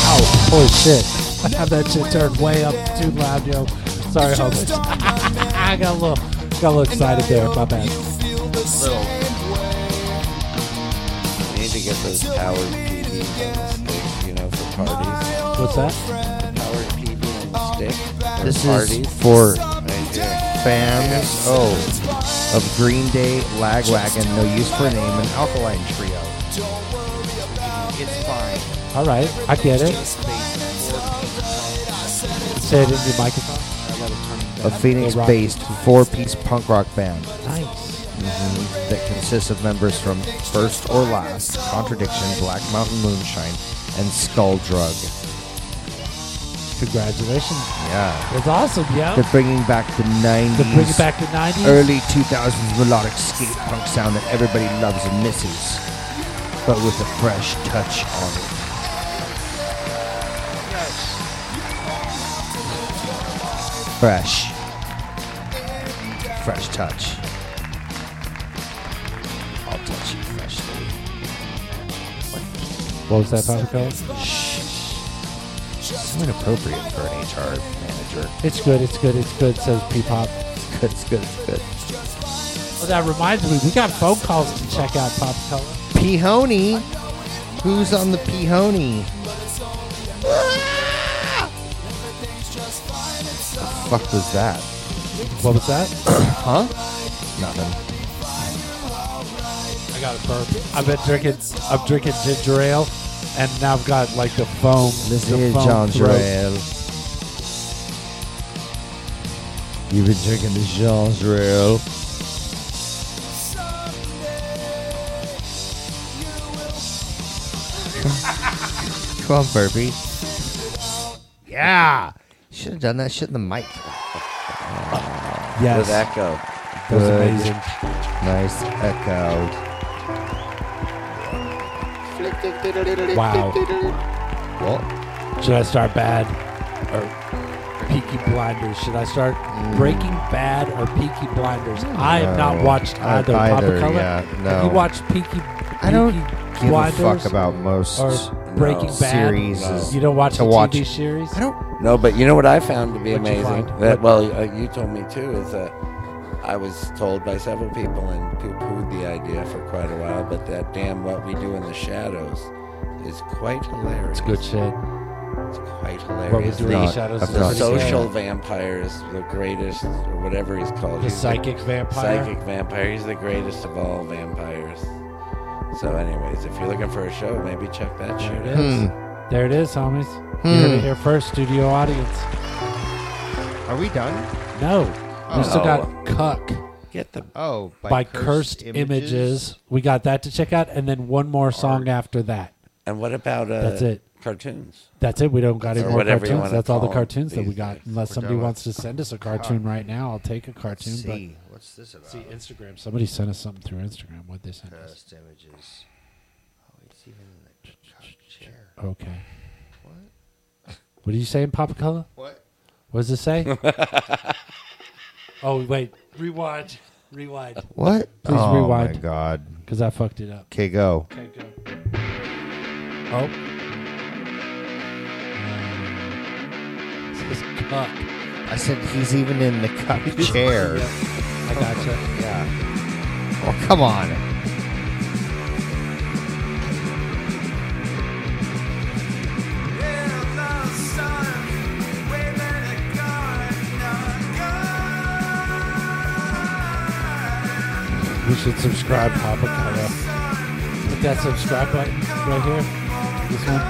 A: Ow. Holy shit. I have that shit turned way up too loud, yo. Sorry, homies. I got a little, got a little excited there. My bad.
C: I need to get those Howard PB on the stick, you know, for parties.
A: What's that?
C: Howard PB on the stick. for
B: This
C: parties.
B: is for
C: Right here.
B: fans oh, of Green Day, Lagwagon, No Use for a Name, and Alkaline Trio. It's fine.
A: All right. I get it. Say it into your microphone.
B: A Phoenix-based four-piece punk rock band.
A: Nice.
B: Mhm. that consists of members from First or Last, Contradiction, Black Mountain Moonshine, and Skull Drug.
A: Congratulations.
B: Yeah.
A: That's awesome, yo.
B: They're bringing back the 90s.
A: They're bringing back the 90s.
B: Early 2000s melodic skate punk sound that everybody loves and misses, but with a fresh touch on it. Fresh. Fresh touch. I'll touch you freshly.
A: What was that, Papa Color?
B: So inappropriate for an HR manager. <laughs>
A: It's good. It's good. It's good. Says P Pop.
B: Good, it's good, it's good.
A: Well, that reminds me, we got phone calls to check out, Papa Color.
B: Pihoney. Who's on the Pihoney? Fuck was that?
A: What was that?
B: huh? Nothing.
A: I got a burp. I've been drinking. I'm drinking ginger ale, and now I've got like the foam.
B: This
A: the
B: is
A: foam
B: John
A: throat.
B: Jarrell. You've been drinking the Jean Jarrell. <laughs> Come on, Burpee. Yeah. You should have done that shit in the mic.
A: Yes.
C: With Echo.
A: That was
B: Good.
A: amazing.
B: Nice echo.
A: Wow.
B: What?
A: Should I start bad or Peaky Blinders? Should I start Breaking Bad or Peaky Blinders? I have not
B: Mm. No.
A: watched
B: I-
A: either. Papa
B: either,
A: Color?
B: yeah,
A: Have
B: no.
A: you watched Peaky?
B: I don't
A: Peaky
B: Give a
A: Blinders
B: fuck about most
A: or Breaking Bad
B: series. is
A: You don't watch
B: to
A: the
B: watch.
A: TV series? I don't.
C: No, but you know what I found to be
A: What'd you
C: amazing?
A: find?
C: That well, uh, you told me too is that I was told by several people and poo-pooed the idea for quite a while. But that damn what we do in the shadows is quite hilarious.
A: It's good shit.
C: It's quite hilarious.
A: What we do in the
C: The-
A: shadows
C: the
A: of the city.
C: social vampire is the greatest, or whatever he's called.
A: The
C: He's
A: psychic vampire?
C: Psychic vampire. He's the greatest of all vampires. So, anyways, if you're looking for a show, maybe check that
A: There
C: shit
A: it is.
C: out.
A: There it is, homies. You heard
C: Hmm.
A: it here first, studio audience.
B: Are we done?
A: No.
B: Oh.
A: We still got
B: Oh.
A: Cuck.
C: Get the
B: oh
A: by, cursed, images. We got that to check out, and then one more song after that.
C: And what about uh,
A: That's it.
C: Cartoons.
A: That's it. We don't got any
C: Or
A: more
C: whatever you
A: cartoons.
C: wanna
A: That's all the
C: call 'em
A: cartoons that
C: these
A: we got.
C: days.
A: Unless
C: We're
A: somebody
C: done
A: wants to send us a cartoon right now, I'll take a cartoon. But
B: see, what's this about? See,
A: Instagram. somebody sent us something through Instagram. What they sent us?
B: Cursed images. Oh, it's even in the ch- ch- chair.
A: Okay. What are you saying, Papa Color?
B: What?
A: What does
C: <laughs>
A: it say? oh wait, rewind, rewind.
C: <laughs>
B: What?
A: Please
B: oh
A: rewind.
B: my god.
A: Because I fucked it up.
B: Okay, go.
A: Okay, go. Oh. This is cuck.
B: I said he's even in the <laughs> cup chair.
A: Yep. I gotcha.
B: yeah. Oh, come on.
A: You should subscribe, Papa Color. Hit that subscribe button right here. This one.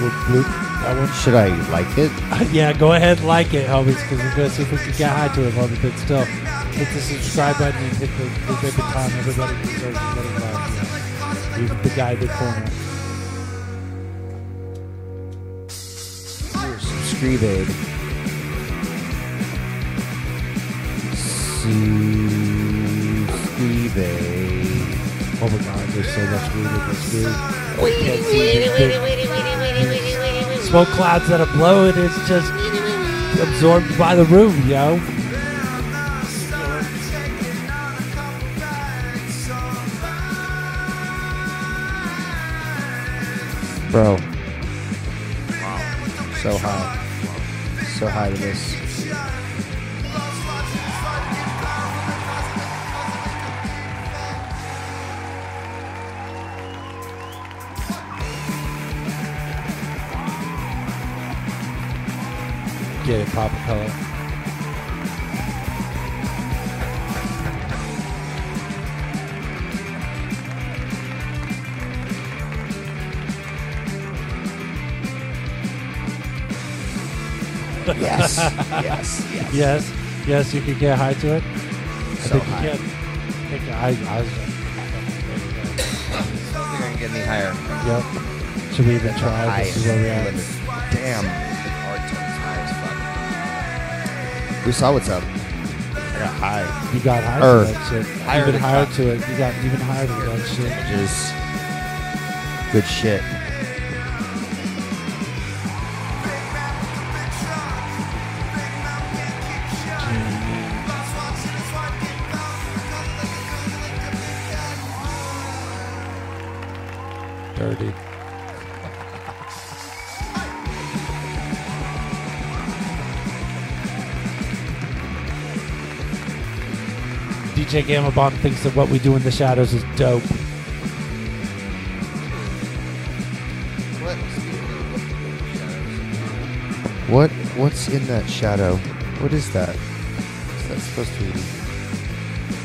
A: Bloop, bloop. That one. <laughs>
B: Should I like it?
A: yeah, go ahead and like it, homies, because we're going to see if we can get high to it, homies. But still, hit the subscribe button and hit the, the big baton. Everybody deserves a little love. You know. You're the guy in the corner.
B: You're subscribed. Subscribed.
A: Oh my god, there's so much weed in this dude.
B: We can't see this big-
A: Smoke clouds that are blowing is just absorbed by the room, yo.
B: Bro. So high. So high to this.
A: Get it, Papa Pellet.
B: Yes, <laughs> yes, yes.
A: yes, yes. You can get high to it.
B: So
A: I think
B: high.
A: you can. I think I, I was.
B: I think I can get any higher.
A: Yep. Should we even try? This is where we are.
B: Damn. The hard time's high as fuck. We saw what's up. I got high.
A: You got high
B: Er,
A: to that shit.
B: higher
A: even
B: than
A: higher
B: cock.
A: to it. You got even higher to that shit.
B: Just good shit.
A: Dirty. DJ Gamma Bomb thinks that what we do in the shadows is dope.
B: What? What's in that shadow? What is that? Is that supposed to be?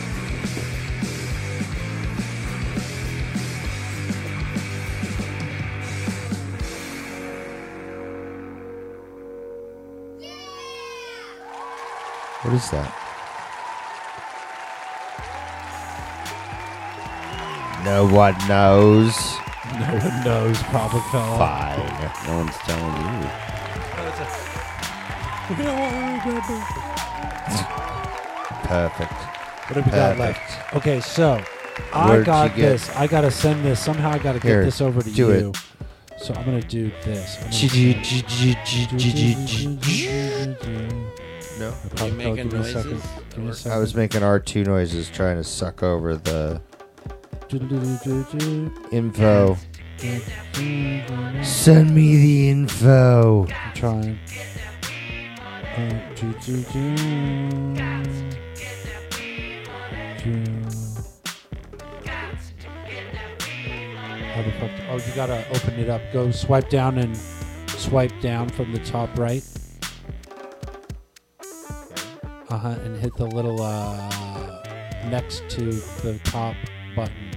B: What is that? No one knows.
A: <laughs> No one knows, Papa Fella.
B: Fine.
C: No one's telling you.
B: Perfect.
A: What have we got
B: Perfect.
A: left? Okay, so I
B: Where'd
A: got
B: you get-
A: this. I gotta send this. Somehow I gotta
B: Here,
A: get this over to
B: do
A: you. So I'm gonna do this. I'm gonna
B: G-
A: send-
B: G- G- G- G- G- G- No.
A: I probably-
C: You making
A: give me a second.
C: noises?
A: Give me a second.
B: I was making R2 noises trying to suck over the info. Send me the info.
A: I'm trying. Uh, do, do, do. Do. How the fuck? Oh, you gotta open it up. Go swipe down and swipe down from the top right. Uh huh, and hit the little uh, next to the top button.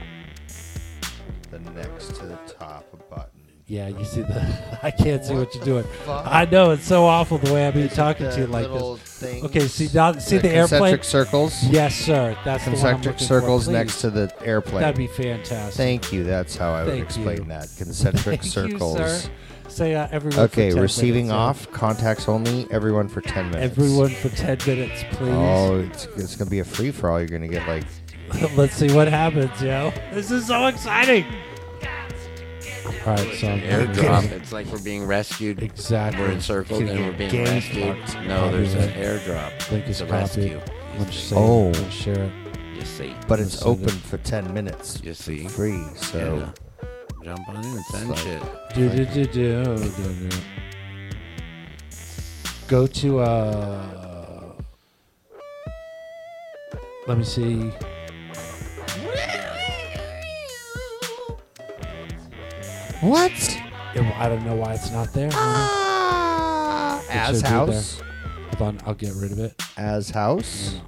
B: The next to the top button.
A: Yeah, you see the. <laughs> I can't see what you're doing.
B: fuck?
A: I know it's so awful the way I'm even talking to
B: the
A: you like
B: little
A: this.
B: things?
A: okay, see that. See the,
B: The
A: airplane
B: concentric circles?
A: Yes, sir. That's the one I'm
B: Concentric
A: looking for,
B: circles
A: please.
B: next to the airplane.
A: That'd be fantastic.
B: Thank you. That's how I would
A: Thank
B: explain
A: you.
B: that.
A: <laughs>
B: Concentric
A: Thank you,
B: circles.
A: sir. Say uh, everyone.
B: Okay,
A: for 10
B: receiving
A: minutes, yeah.
B: off, contacts only, everyone for 10 minutes.
A: Everyone for ten minutes, please.
B: Oh, it's, it's going to be a free for all. You're going to get like.
A: <laughs> Let's see what happens, yo. This is so exciting. All right, so I'm
C: airdrop. It's like we're being rescued.
A: Exactly.
C: We're encircled
A: Getting
C: and we're being
A: gang
C: rescued.
A: fucked.
C: No, there's an
A: Copyright.
C: airdrop.
A: Link
C: it's
A: is
C: a
A: copied.
C: rescue.
A: I'm gonna save it.
B: Oh.
A: I'm gonna share it.
C: You see.
B: But it's
A: Send
B: open
A: it.
B: for 10 minutes.
C: You see.
B: Free, so.
C: Yeah. Jump on in and send
B: like-
C: shit.
A: Do, do, do, do, do, do. Go to uh Let me see. What? I don't know why it's not there. It
B: Uh, Ah! As
A: should be there.
B: house?
A: Hold on, I'll get rid of it.
B: As house?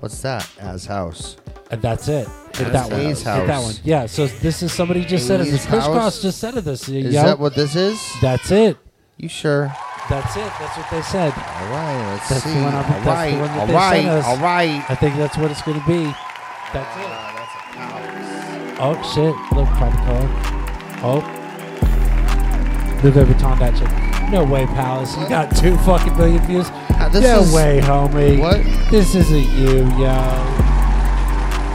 B: What's that? As house.
A: And that's it. Hit
B: As
A: that one.
B: A's
A: Hit
B: house.
A: that one. Yeah. So this is somebody just said it.
B: A's
A: This crisscross
B: house?
A: just said it. This.
B: Is
A: yo.
B: that what this is?
A: That's it.
B: You sure?
A: That's it. That's what they said.
B: All right, let's
A: That's
B: see.
A: the one. I think
B: All
A: that's
B: right,
A: the one that
B: all
A: they
B: right,
A: sent us.
B: all right.
A: I think that's what it's going to be. That's it. Oh shit! Look, Papa Cole. Oh, Louis Vuitton that shit. No way, Palace. You got two fucking million views.
B: Ah, this
A: no
B: is-
A: way, homie.
B: What?
A: This isn't you, yo.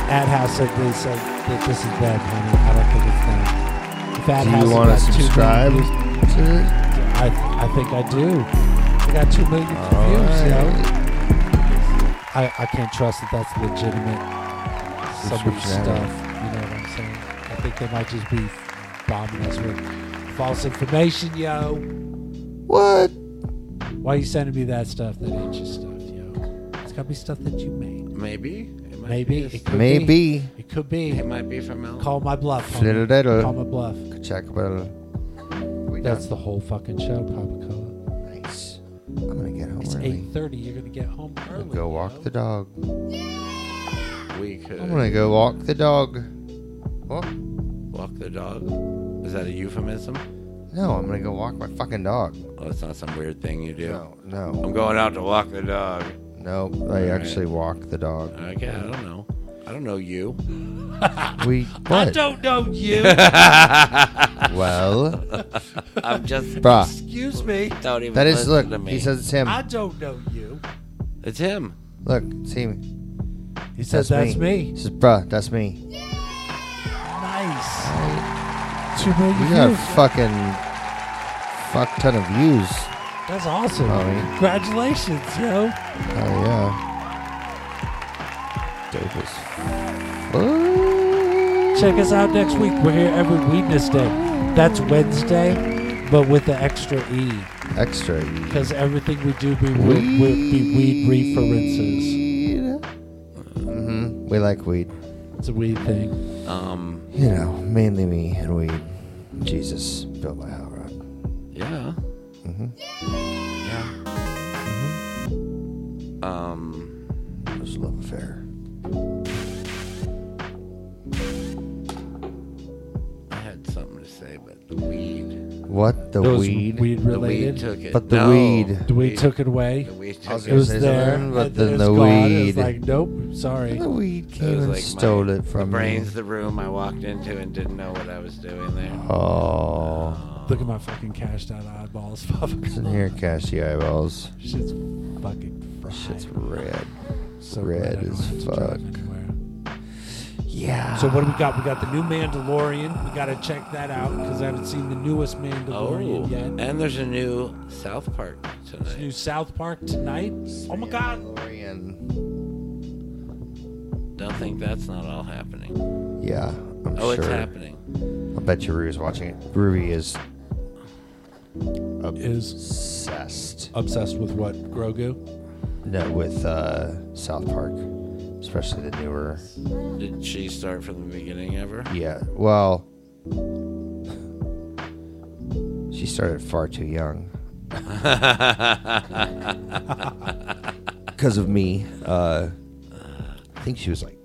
A: Ad House said they said that this is them, honey. I don't think it's them. If Ad
B: Do you
A: House has
B: wanna
A: got two million
B: subscribe
A: views-
B: to this?
A: I I think I do. I got two million views, yo. I, I can't trust that that's legitimate somebody's
B: Subscription.
A: stuff. You know what I'm saying? I think they might just be bombing us with false information, yo.
B: What?
A: Why you sending me that stuff that ain't your stuff, yo? It's gotta be stuff that you made.
C: Maybe. It might
A: Maybe.
C: be
A: It
C: a-
A: could
B: Maybe.
A: Be. It could be.
C: It might be from El.
A: Call my bluff. homie.
B: Fliddle-diddle.
A: Call my bluff.
B: Kachakabadle.
A: That's the whole fucking show, Papa Cola.
B: Nice. I'm gonna get home
A: It's
B: early.
A: 8.30. You're gonna get home
B: I'm
A: early.
B: gonna go walk the dog.
C: We could.
B: I'm gonna go walk the dog. What?
C: Walk the dog. Is that a euphemism?
B: No, I'm gonna go walk my fucking dog.
C: Oh, it's not some weird thing you do.
B: No, no.
C: I'm going out to walk the dog.
B: No, I
C: right.
B: actually walk
C: <laughs>
B: the dog.
C: Okay, I don't know. I don't know you.
B: We what?
A: don't know
B: <laughs>
A: you.
B: Well,
C: <laughs> I'm just.
B: Bruh.
A: Excuse me.
C: Don't even
B: That is
C: listen
B: look.
C: to me.
B: He says it's him.
A: I don't know you.
C: It's him.
B: Look, it's him.
A: He says that's me.
B: He says, "Bruh, that's me."
A: Nice. Two million
B: You got a
A: <laughs> views.
B: fucking fuck ton of views.
A: That's awesome.
B: Oh, yeah.
A: Congratulations, yo.
B: Oh yeah. Dope as fuck.
A: Check us out next week. We're here every Wednesday. That's Wednesday, but with the extra E.
B: Extra.
A: Because everything we do be weed, weed, be weed references.
B: Mm-hmm. We like weed.
A: It's a weed thing.
C: Um.
B: You know, mainly me and weed. Jesus built my hell rock.
C: Yeah.
B: Mm-hmm.
C: Yeah. Um.
B: It was a love affair.
C: I had something to say, but the weed.
B: What the
A: It was
B: weed?
A: weed
C: The weed
A: related.
C: took it.
B: But the
C: No.
B: weed.
A: The weed took it away.
C: The weed
B: I
C: took
B: was
A: It
B: gonna
A: was
B: say
A: there.
B: something,
A: and
B: but
A: then
B: then
A: it's
B: the
A: gone. It was
B: weed.
A: like, nope, sorry.
B: The weed
C: It was
B: came and
C: like
B: stole
C: my,
B: it from
C: the brains,
B: me.
C: the room I walked into and didn't know what I was doing there.
B: Oh.
A: Look at my fucking cashed out eyeballs. <laughs> Papa.
B: It's in here, cash the eyeballs.
A: Shit's fucking fried.
B: Shit's red.
A: so
B: red
A: glad I don't
B: as
A: have to drive
B: fuck.
A: anywhere.
B: Yeah.
A: So what do we got? We got the new Mandalorian. We got to check that out because I haven't seen the newest Mandalorian
C: Oh,
A: yet.
C: and there's a new South Park
A: There's a
C: tonight.
A: new South Park tonight. Oh my God!
B: Mandalorian.
C: Don't think that's not all happening.
B: Yeah, I'm
C: Oh,
B: sure.
C: it's happening.
B: I bet you Ruby's watching it. Ruby is
A: Is
B: obsessed.
A: obsessed with what Grogu?
B: No, with uh, South Park, especially the newer.
C: Did she start from the beginning ever?
B: Yeah, well, She started far too young. Because of me. Uh, I think she was like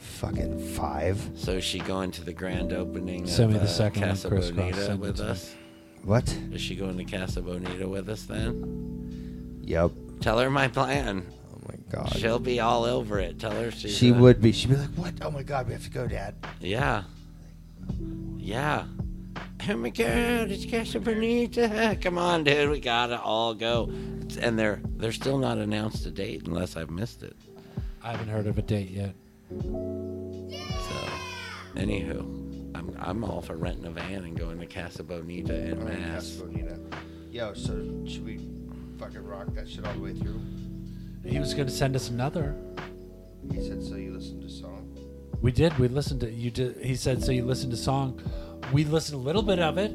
B: fucking five.
C: So is she going to the grand opening
B: Send
C: of
B: me the
C: uh,
B: second one,
C: Casa
B: crisscross,
C: Bonita
B: send it
C: with
B: to me.
C: us?
B: What?
C: Is she going to Casa Bonita with us then?
B: Yep.
C: Tell her my plan. Oh
B: my god.
C: She'll be all over it. Tell her she's
B: She
C: uh,
B: would be. She'd be like, what? Oh my God, we have to go, Dad.
C: Yeah. Yeah. Oh my god, it's Casa Bonita. Come on, dude, we gotta all go. It's- And they're they're still not announced a date unless I've missed it.
A: I haven't heard of a date yet.
C: So, anywho, I'm I'm all for renting a van and going to Casa Bonita in
B: Or in
C: Mass.
B: Bonita. Yo, so should we fucking rock that shit all the way through?
A: He was going to send us another.
B: He said, so you listen to song?
A: We did. We listened to you. Did he said so? You listened to song. We listened a little bit of it.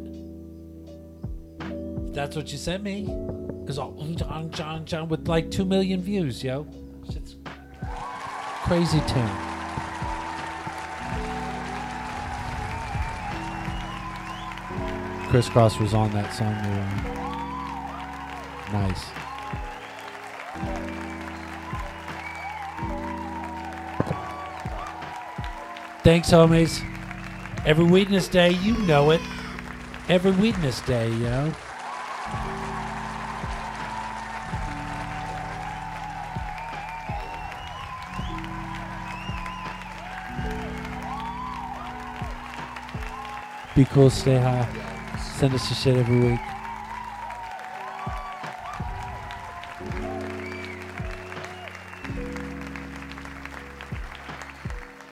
A: That's what you sent me. It was all mm, John John John with like two million views, yo. Shit's crazy tune. Crisscross was on that song. we were on. Nice. Thanks, homies. Every Weedness Day, you know it. Every Weedness Day, you know. Be cool, stay high. Send us your shit every week.